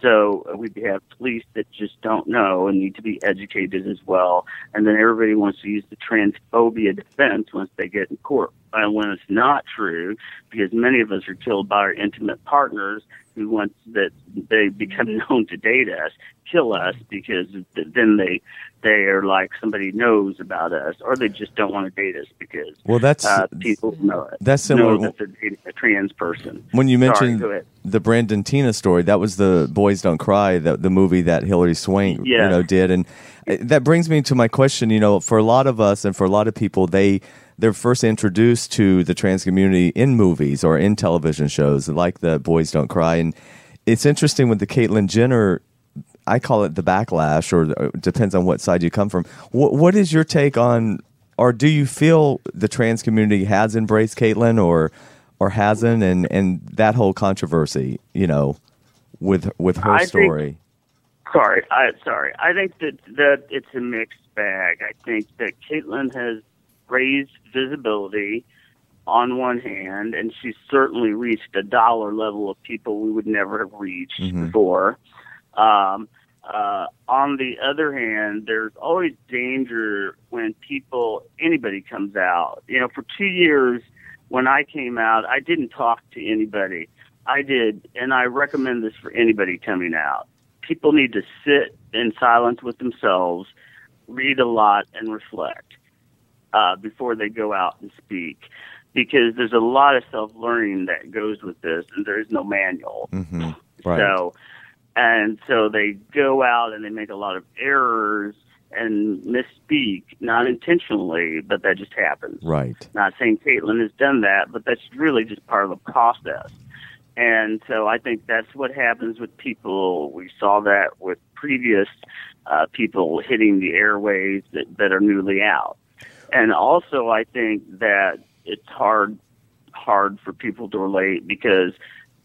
Speaker 9: So uh, we have police that just don't know and need to be educated as well. And then everybody wants to use the transphobia defense once they get in court. And when it's not true, because many of us are killed by our intimate partners who once that they become known to date us, kill us because th- then they they are like somebody knows about us, or they just don't want to date us because
Speaker 3: Well, that's-
Speaker 9: uh, people know it.
Speaker 3: that's
Speaker 9: know
Speaker 3: similar-
Speaker 9: that they're dating a trans person.
Speaker 3: When you
Speaker 9: Sorry,
Speaker 3: mentioned
Speaker 9: go ahead.
Speaker 3: the Brandon Tina story, that was the Boys Don't Cry, the, the movie that Hillary Swank
Speaker 9: Yeah.
Speaker 3: you know did, and uh, that brings me to my question. You know, for a lot of us and for a lot of people, they they're first introduced to the trans community in movies or in television shows like the Boys Don't Cry, and it's interesting with the Caitlyn Jenner. I call it the backlash, or uh, depends on what side you come from. What, what is your take on, or do you feel the trans community has embraced Caitlyn, or or hasn't, and and that whole controversy, you know, with with her
Speaker 9: I think-
Speaker 3: story?
Speaker 9: Sorry, I sorry. I think that that it's a mixed bag. I think that Caitlyn has raised visibility on one hand, and she's certainly reached a dollar level of people we would never have reached before. Um, uh, on the other hand, there's always danger when people, anybody comes out. You know, for two years when I came out, I didn't talk to anybody. I did, and I recommend this for anybody coming out. People need to sit in silence with themselves, read a lot, and reflect uh, before they go out and speak because there's a lot of self learning that goes with this, and there is no manual.
Speaker 3: Mm, Mm-hmm. Right.
Speaker 9: So, and so they go out and they make a lot of errors and misspeak, not intentionally, but that just happens.
Speaker 3: Right.
Speaker 9: Not saying Caitlin has done that, but that's really just part of the process. And so I think that's what happens with people. We saw that with previous uh, people hitting the airways that, that are newly out. And also, I think that it's hard hard for people to relate because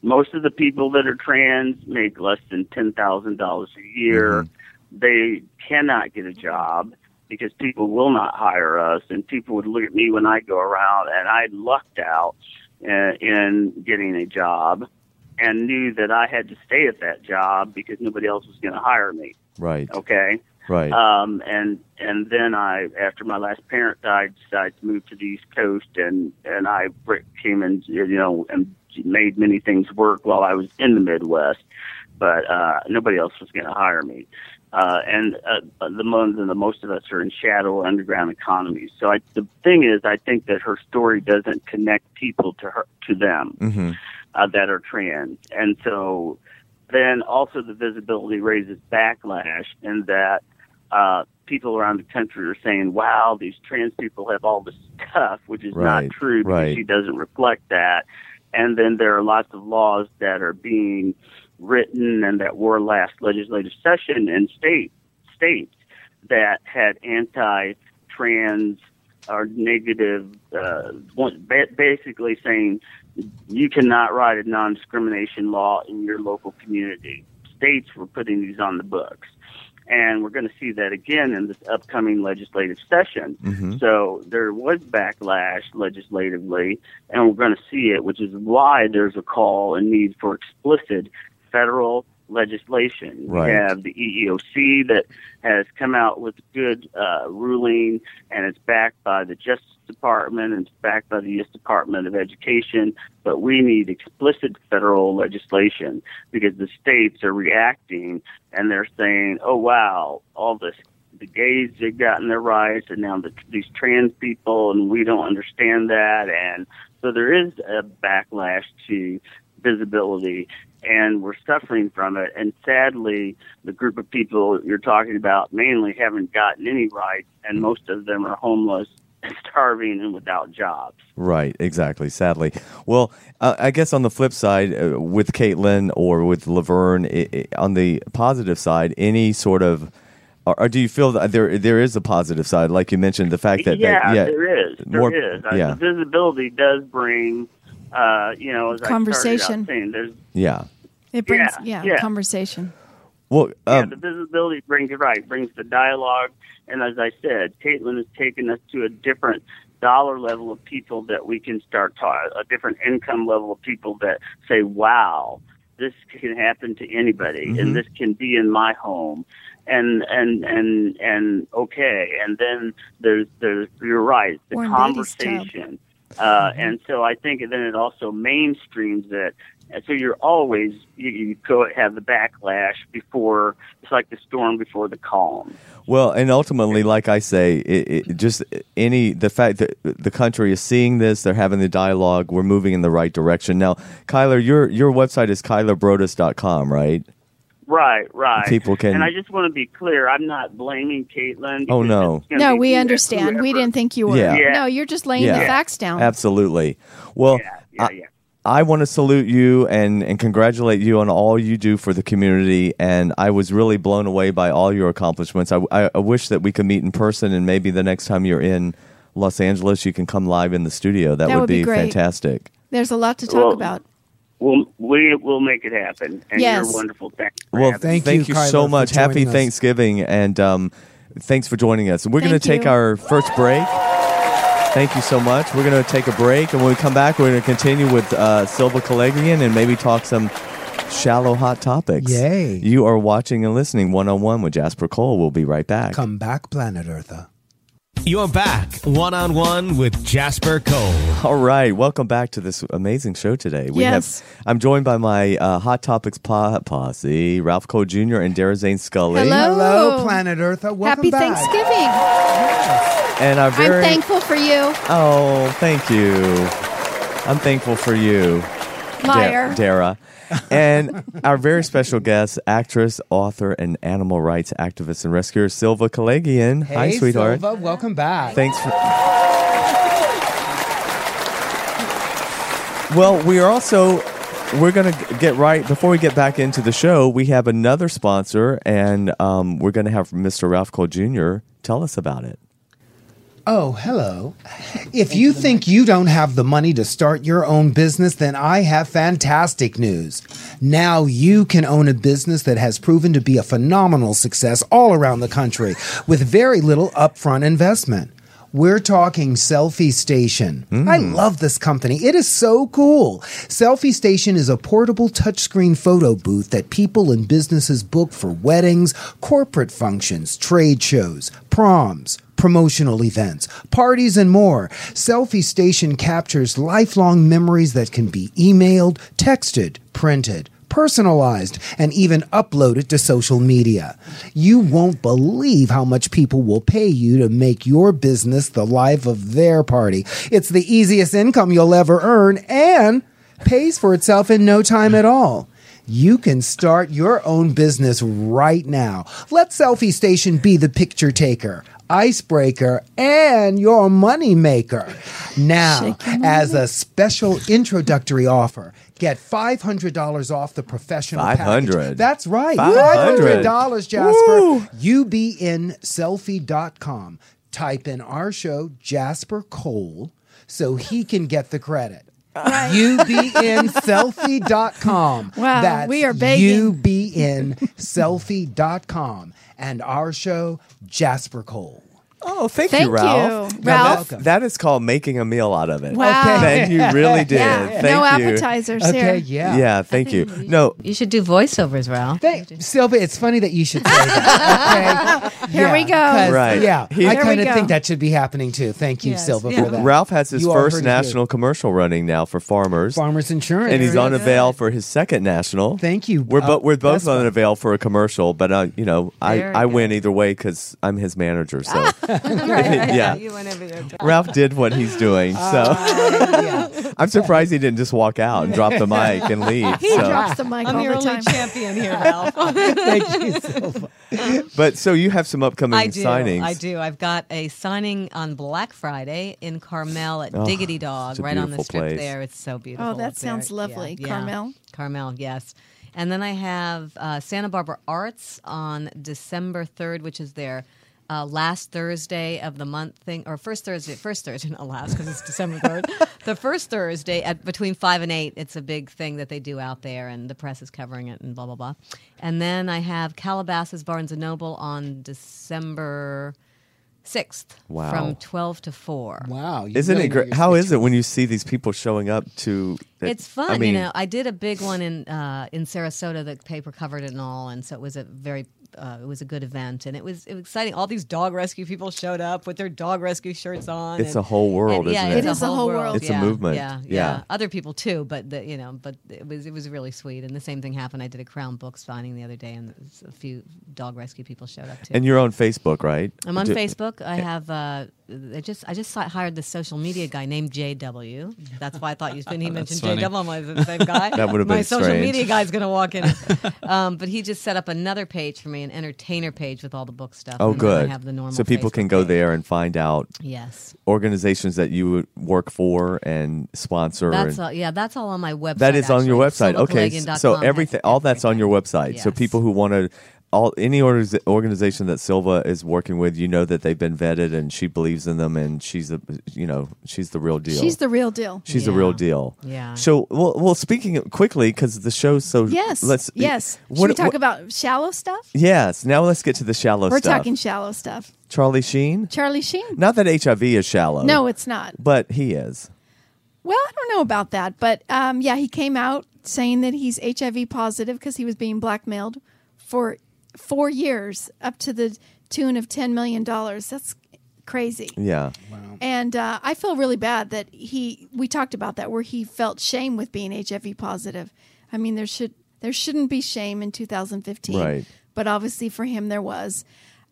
Speaker 9: most of the people that are trans make less than ten thousand dollars a year. They cannot get a job because people will not hire us, and people would look at me when I go around, and I lucked out uh, in getting a job, and knew that I had to stay at that job because nobody else was going to hire me.
Speaker 3: Right.
Speaker 9: Okay.
Speaker 3: Right.
Speaker 9: Um, and and then I, after my last parent died, decided to move to the East Coast, and and I br- came and you know and made many things work while I was in the Midwest, but uh, nobody else was going to hire me. Uh, and uh, the most and the most of us are in shadow underground economies. So I, the thing is, I think that her story doesn't connect people to her to them
Speaker 3: Mm-hmm.
Speaker 9: uh, that are trans, and so then also the visibility raises backlash in that uh, people around the country are saying, "Wow, these trans people have all this stuff," which is
Speaker 3: Right,
Speaker 9: not true because
Speaker 3: right.
Speaker 9: she doesn't reflect that. And then there are lots of laws that are being written and that were last legislative session in state states that had anti-trans or negative, uh, one- ba- basically saying you cannot write a non discrimination law in your local community. States were putting these on the books. And we're going to see that again in this upcoming legislative session. So there was backlash legislatively, and we're going to see it, which is why there's a call and need for explicit federal legislation.
Speaker 3: Right.
Speaker 9: We have the E EEOC that has come out with a good uh, ruling, and it's backed by the Justice Department and it's backed by the U.S. Department of Education. But we need explicit federal legislation because the states are reacting and they're saying, "Oh wow, all this." The gays have gotten their rights, and now the, these trans people, and we don't understand that. And so there is a backlash to visibility and we're suffering from it. And sadly, the group of people you're talking about mainly haven't gotten any rights, and most of them are homeless, and starving, and without jobs.
Speaker 3: Right, exactly. Sadly, well, uh, I guess on the flip side, uh, with Caitlin or with Laverne, i i on the positive side, any sort of, or, or do you feel that there there is a positive side, like you mentioned, the fact that
Speaker 9: yeah,
Speaker 3: that, yeah,
Speaker 9: there is. There
Speaker 3: more-
Speaker 9: is. Uh,
Speaker 3: yeah.
Speaker 9: The visibility does bring, uh, you know, as I started
Speaker 4: Conversation.
Speaker 9: out saying, there's
Speaker 3: yeah.
Speaker 4: It brings
Speaker 9: Yeah,
Speaker 4: yeah,
Speaker 9: yeah.
Speaker 4: conversation.
Speaker 3: Well,
Speaker 9: yeah,
Speaker 3: um,
Speaker 9: the visibility brings it right, brings the dialogue. And as I said, Caitlin has taken us to a different dollar level of people that we can start ta a different income level of people that say, wow, this can happen to anybody and this can be in my home. And, and, and, and okay. And then there's, there's, you're right, the
Speaker 4: Or in Beatty's tub.
Speaker 9: conversation. Uh, and so I think then it also mainstreams it. And so you're always, you, you go have the backlash before, it's like the storm before the calm.
Speaker 3: Well, and ultimately, like I say, it, it, just any the fact that the country is seeing this, they're having the dialogue, we're moving in the right direction. Now, Kyler, your your website is kylerbrodus.com, right?
Speaker 9: Right, right.
Speaker 3: People can-
Speaker 9: And I just want to be clear, I'm not blaming Caitlin.
Speaker 3: Oh,
Speaker 9: because
Speaker 3: no.
Speaker 9: it's gonna
Speaker 4: No,
Speaker 9: be
Speaker 4: we
Speaker 9: whoever-
Speaker 4: understand. We didn't think you were.
Speaker 3: Yeah.
Speaker 9: Yeah.
Speaker 4: No, you're just laying the facts down.
Speaker 3: Absolutely. Well,
Speaker 9: Yeah, yeah,
Speaker 3: I-
Speaker 9: yeah.
Speaker 3: I want to salute you and, and congratulate you on all you do for the community. And I was really blown away by all your accomplishments. I, I, I wish that we could meet in person and maybe the next time you're in Los Angeles, you can come live in the studio. That,
Speaker 4: That would be great.
Speaker 3: fantastic.
Speaker 4: There's a lot to talk
Speaker 9: Well,
Speaker 4: about.
Speaker 9: We'll, we, we'll make it happen. And
Speaker 4: Yes.
Speaker 9: you're wonderful. Thanks for
Speaker 3: Well,
Speaker 9: having
Speaker 5: Thank
Speaker 3: thank you,
Speaker 5: you, Kyler,
Speaker 3: so
Speaker 5: for
Speaker 3: much. Happy
Speaker 5: joining us.
Speaker 3: Thanksgiving and um, thanks for joining us. We're going to
Speaker 4: Thank
Speaker 3: take
Speaker 4: you.
Speaker 3: our first break. Thank you so much. We're going to take a break, and when we come back, we're going to continue with uh, Silva Calegrian and maybe talk some shallow hot topics.
Speaker 5: Yay.
Speaker 3: You are watching and listening one on one with Jasper Cole. We'll be right back.
Speaker 5: Come back, planet Eartha.
Speaker 2: You're back one on one with Jasper Cole.
Speaker 3: All right, welcome back to this amazing show today. We
Speaker 4: Yes.
Speaker 3: have I'm joined by my uh, Hot Topics po- posse, Ralph Cole Jr. and Dara Zane Scully,
Speaker 4: Hello.
Speaker 5: Hello, planet Eartha. Welcome
Speaker 4: Happy
Speaker 5: back.
Speaker 4: Thanksgiving.
Speaker 3: and our very
Speaker 4: I'm thankful for you,
Speaker 3: oh, thank you. I'm thankful for you. Da-
Speaker 4: liar.
Speaker 3: Dara. And our very special guest, actress, author, and animal rights activist and rescuer, Silva Kalagian. Hi,
Speaker 5: Hey,
Speaker 3: sweetheart.
Speaker 5: Silva, welcome back.
Speaker 3: Thanks for. Well, we are also. We're going to get right before we get back into the show. We have another sponsor, and um, we're going to have Mr. Ralph Cole Jr. tell us about it.
Speaker 5: Oh, hello. If you think you don't have the money to start your own business, then I have fantastic news. Now you can own a business that has proven to be a phenomenal success all around the country with very little upfront investment. We're talking Selfie Station. I love this company. It is so cool. Selfie Station is a portable touchscreen photo booth that people and businesses book for weddings, corporate functions, trade shows, proms, promotional events, parties, and more. Selfie Station captures lifelong memories that can be emailed, texted, printed, personalized, and even uploaded to social media. You won't believe how much people will pay you to make your business the life of their party. It's the easiest income you'll ever earn and pays for itself in no time at all. You can start your own business right now. Let Selfie Station be the picture taker, icebreaker, and your money maker. Now, as a special introductory offer, get $500 off the professional package.
Speaker 3: $500.
Speaker 5: That's right.
Speaker 3: $500.
Speaker 5: $500, Jasper. UBNselfie.com. Type in our show, Jasper Cole, so he can get the credit. UBNselfie.com.
Speaker 4: Wow,
Speaker 5: That's
Speaker 4: we are begging.
Speaker 5: UBNselfie.com. And our show, Jasper Cole.
Speaker 3: Oh, thank,
Speaker 4: Thank
Speaker 3: you, Ralph.
Speaker 4: you,
Speaker 3: Now, that-
Speaker 4: Ralph.
Speaker 5: welcome.
Speaker 3: that is called making a meal out of it.
Speaker 4: Wow. Okay.
Speaker 3: Thank you, really did.
Speaker 4: Yeah,
Speaker 3: Thank
Speaker 4: no
Speaker 3: you.
Speaker 4: appetizers
Speaker 5: Okay,
Speaker 4: here.
Speaker 5: yeah.
Speaker 3: Yeah, thank you. No,
Speaker 8: You should do voiceovers, Ralph.
Speaker 5: Thank, Silva, it's funny that you should say that. Okay?
Speaker 4: Here we go.
Speaker 5: 'cause,
Speaker 3: Right.
Speaker 5: Yeah.
Speaker 3: He-
Speaker 5: I
Speaker 4: There we
Speaker 5: kind of
Speaker 4: go.
Speaker 5: think that should be happening too. Thank you,
Speaker 8: Yes,
Speaker 5: Silva,
Speaker 8: yeah.
Speaker 5: for that.
Speaker 3: Ralph has his
Speaker 5: You are
Speaker 3: first
Speaker 5: pretty
Speaker 3: national commercial running now for farmers.
Speaker 5: Farmers Insurance.
Speaker 3: and he's on a veil for his second national.
Speaker 5: Thank you.
Speaker 3: We're,
Speaker 5: Uh,
Speaker 3: bo- we're both
Speaker 5: that's
Speaker 3: on a veil for a commercial, but uh, you know, I,
Speaker 8: Very
Speaker 3: I
Speaker 8: good.
Speaker 3: win either way because I'm his manager. So yeah.
Speaker 8: You went over there.
Speaker 3: Ralph did what he's doing. So
Speaker 5: Uh,
Speaker 3: I'm surprised he didn't just walk out and drop the mic and leave.
Speaker 4: He
Speaker 3: so.
Speaker 4: drops the mic
Speaker 8: I'm
Speaker 4: all
Speaker 8: your
Speaker 4: the
Speaker 8: only
Speaker 4: time.
Speaker 8: champion here, Ralph.
Speaker 5: Thank you, Silva.
Speaker 3: But so you have some upcoming
Speaker 8: I do.
Speaker 3: signings.
Speaker 8: I do. I've got a signing on Black Friday in Carmel at Diggity Dog,
Speaker 3: Oh, it's a
Speaker 8: right on the
Speaker 3: beautiful
Speaker 8: strip
Speaker 3: place.
Speaker 8: there. It's so beautiful.
Speaker 4: Oh, that
Speaker 8: up there.
Speaker 4: sounds lovely. Carmel?
Speaker 8: Carmel, yes. And then I have uh, Santa Barbara Arts on December 3rd, which is their uh, last Thursday of the month thing, or first Thursday, first Thursday, not last because it's December 3rd. the first Thursday at between 5 and 8, it's a big thing that they do out there, and the press is covering it and blah, blah, blah. And then I have Calabasas Barnes & Noble on December 6th
Speaker 3: Wow.
Speaker 8: from 12 to 4.
Speaker 5: Wow. you
Speaker 3: Isn't
Speaker 5: really
Speaker 3: it
Speaker 5: know
Speaker 3: great?
Speaker 5: your
Speaker 3: How
Speaker 5: stuff.
Speaker 3: is it when you see these people showing up to?
Speaker 8: It's fun,
Speaker 3: I mean,
Speaker 8: you know. I did a big one in uh, in Sarasota that paper covered it and all, and so it was a very uh, it was a good event, and it was, it was exciting. All these dog rescue people showed up with their dog rescue shirts on.
Speaker 3: It's
Speaker 8: and-
Speaker 3: a whole world,
Speaker 8: and, yeah,
Speaker 3: isn't it?
Speaker 8: it's
Speaker 4: It is a whole world.
Speaker 3: It's a
Speaker 8: yeah,
Speaker 3: movement.
Speaker 8: Yeah,
Speaker 3: Yeah.
Speaker 8: yeah, Other people too, but the, you know, but it was it was really sweet. And the same thing happened. I did a Crown Books signing the other day, and a few dog rescue people showed up too.
Speaker 3: And you're on Facebook, right?
Speaker 8: I'm on
Speaker 3: Do-
Speaker 8: Facebook. I have uh, I just I just si- hired this social media guy named JW. That's why I thought you when he mentioned
Speaker 6: funny.
Speaker 8: JW. I'm like, "Is it the same guy.
Speaker 3: That would have
Speaker 8: my
Speaker 3: been
Speaker 8: social
Speaker 3: strange.
Speaker 8: media guy's gonna walk in. um, but he just set up another page for me, an entertainer page with all the book stuff.
Speaker 3: Oh,
Speaker 8: and then
Speaker 3: good.
Speaker 8: I have the normal.
Speaker 3: so people
Speaker 8: Facebook
Speaker 3: can go
Speaker 8: page.
Speaker 3: there and find out
Speaker 8: Yes,
Speaker 3: organizations that you would work for and sponsor.
Speaker 8: that's
Speaker 3: and,
Speaker 8: all. Yeah, that's all on my website.
Speaker 3: that is on your
Speaker 8: actually.
Speaker 3: website. Okay, s-
Speaker 8: SilverCalligan.com
Speaker 3: so
Speaker 8: has
Speaker 3: everything, all that's on your website. So
Speaker 8: Yes.
Speaker 3: people who want to all any orders, organization that Silva is working with, you know that they've been vetted, and she believes in them, and she's a you know she's the real deal.
Speaker 4: She's the real deal.
Speaker 3: She's the
Speaker 8: Yeah.
Speaker 3: real deal.
Speaker 8: Yeah.
Speaker 3: So, well, well speaking of, quickly because the show's so
Speaker 4: Yes.
Speaker 3: Let's
Speaker 4: yes. Should
Speaker 3: What-
Speaker 4: we talk
Speaker 3: what-
Speaker 4: about shallow stuff?
Speaker 3: Yes. Now let's get to the shallow
Speaker 4: We're
Speaker 3: stuff.
Speaker 4: talking shallow stuff.
Speaker 3: Charlie Sheen.
Speaker 4: Charlie Sheen.
Speaker 3: Not that HIV is shallow.
Speaker 4: No, it's not.
Speaker 3: but he is.
Speaker 4: Well, I don't know about that, but um, yeah, he came out saying that he's HIV positive because he was being blackmailed for four years, up to the tune of ten million dollars. That's crazy.
Speaker 3: Yeah.
Speaker 4: And uh, I feel really bad that he. We talked about that where he felt shame with being HIV positive. I mean, there should there shouldn't be shame in 2015,
Speaker 3: Right.
Speaker 4: but obviously for him there was,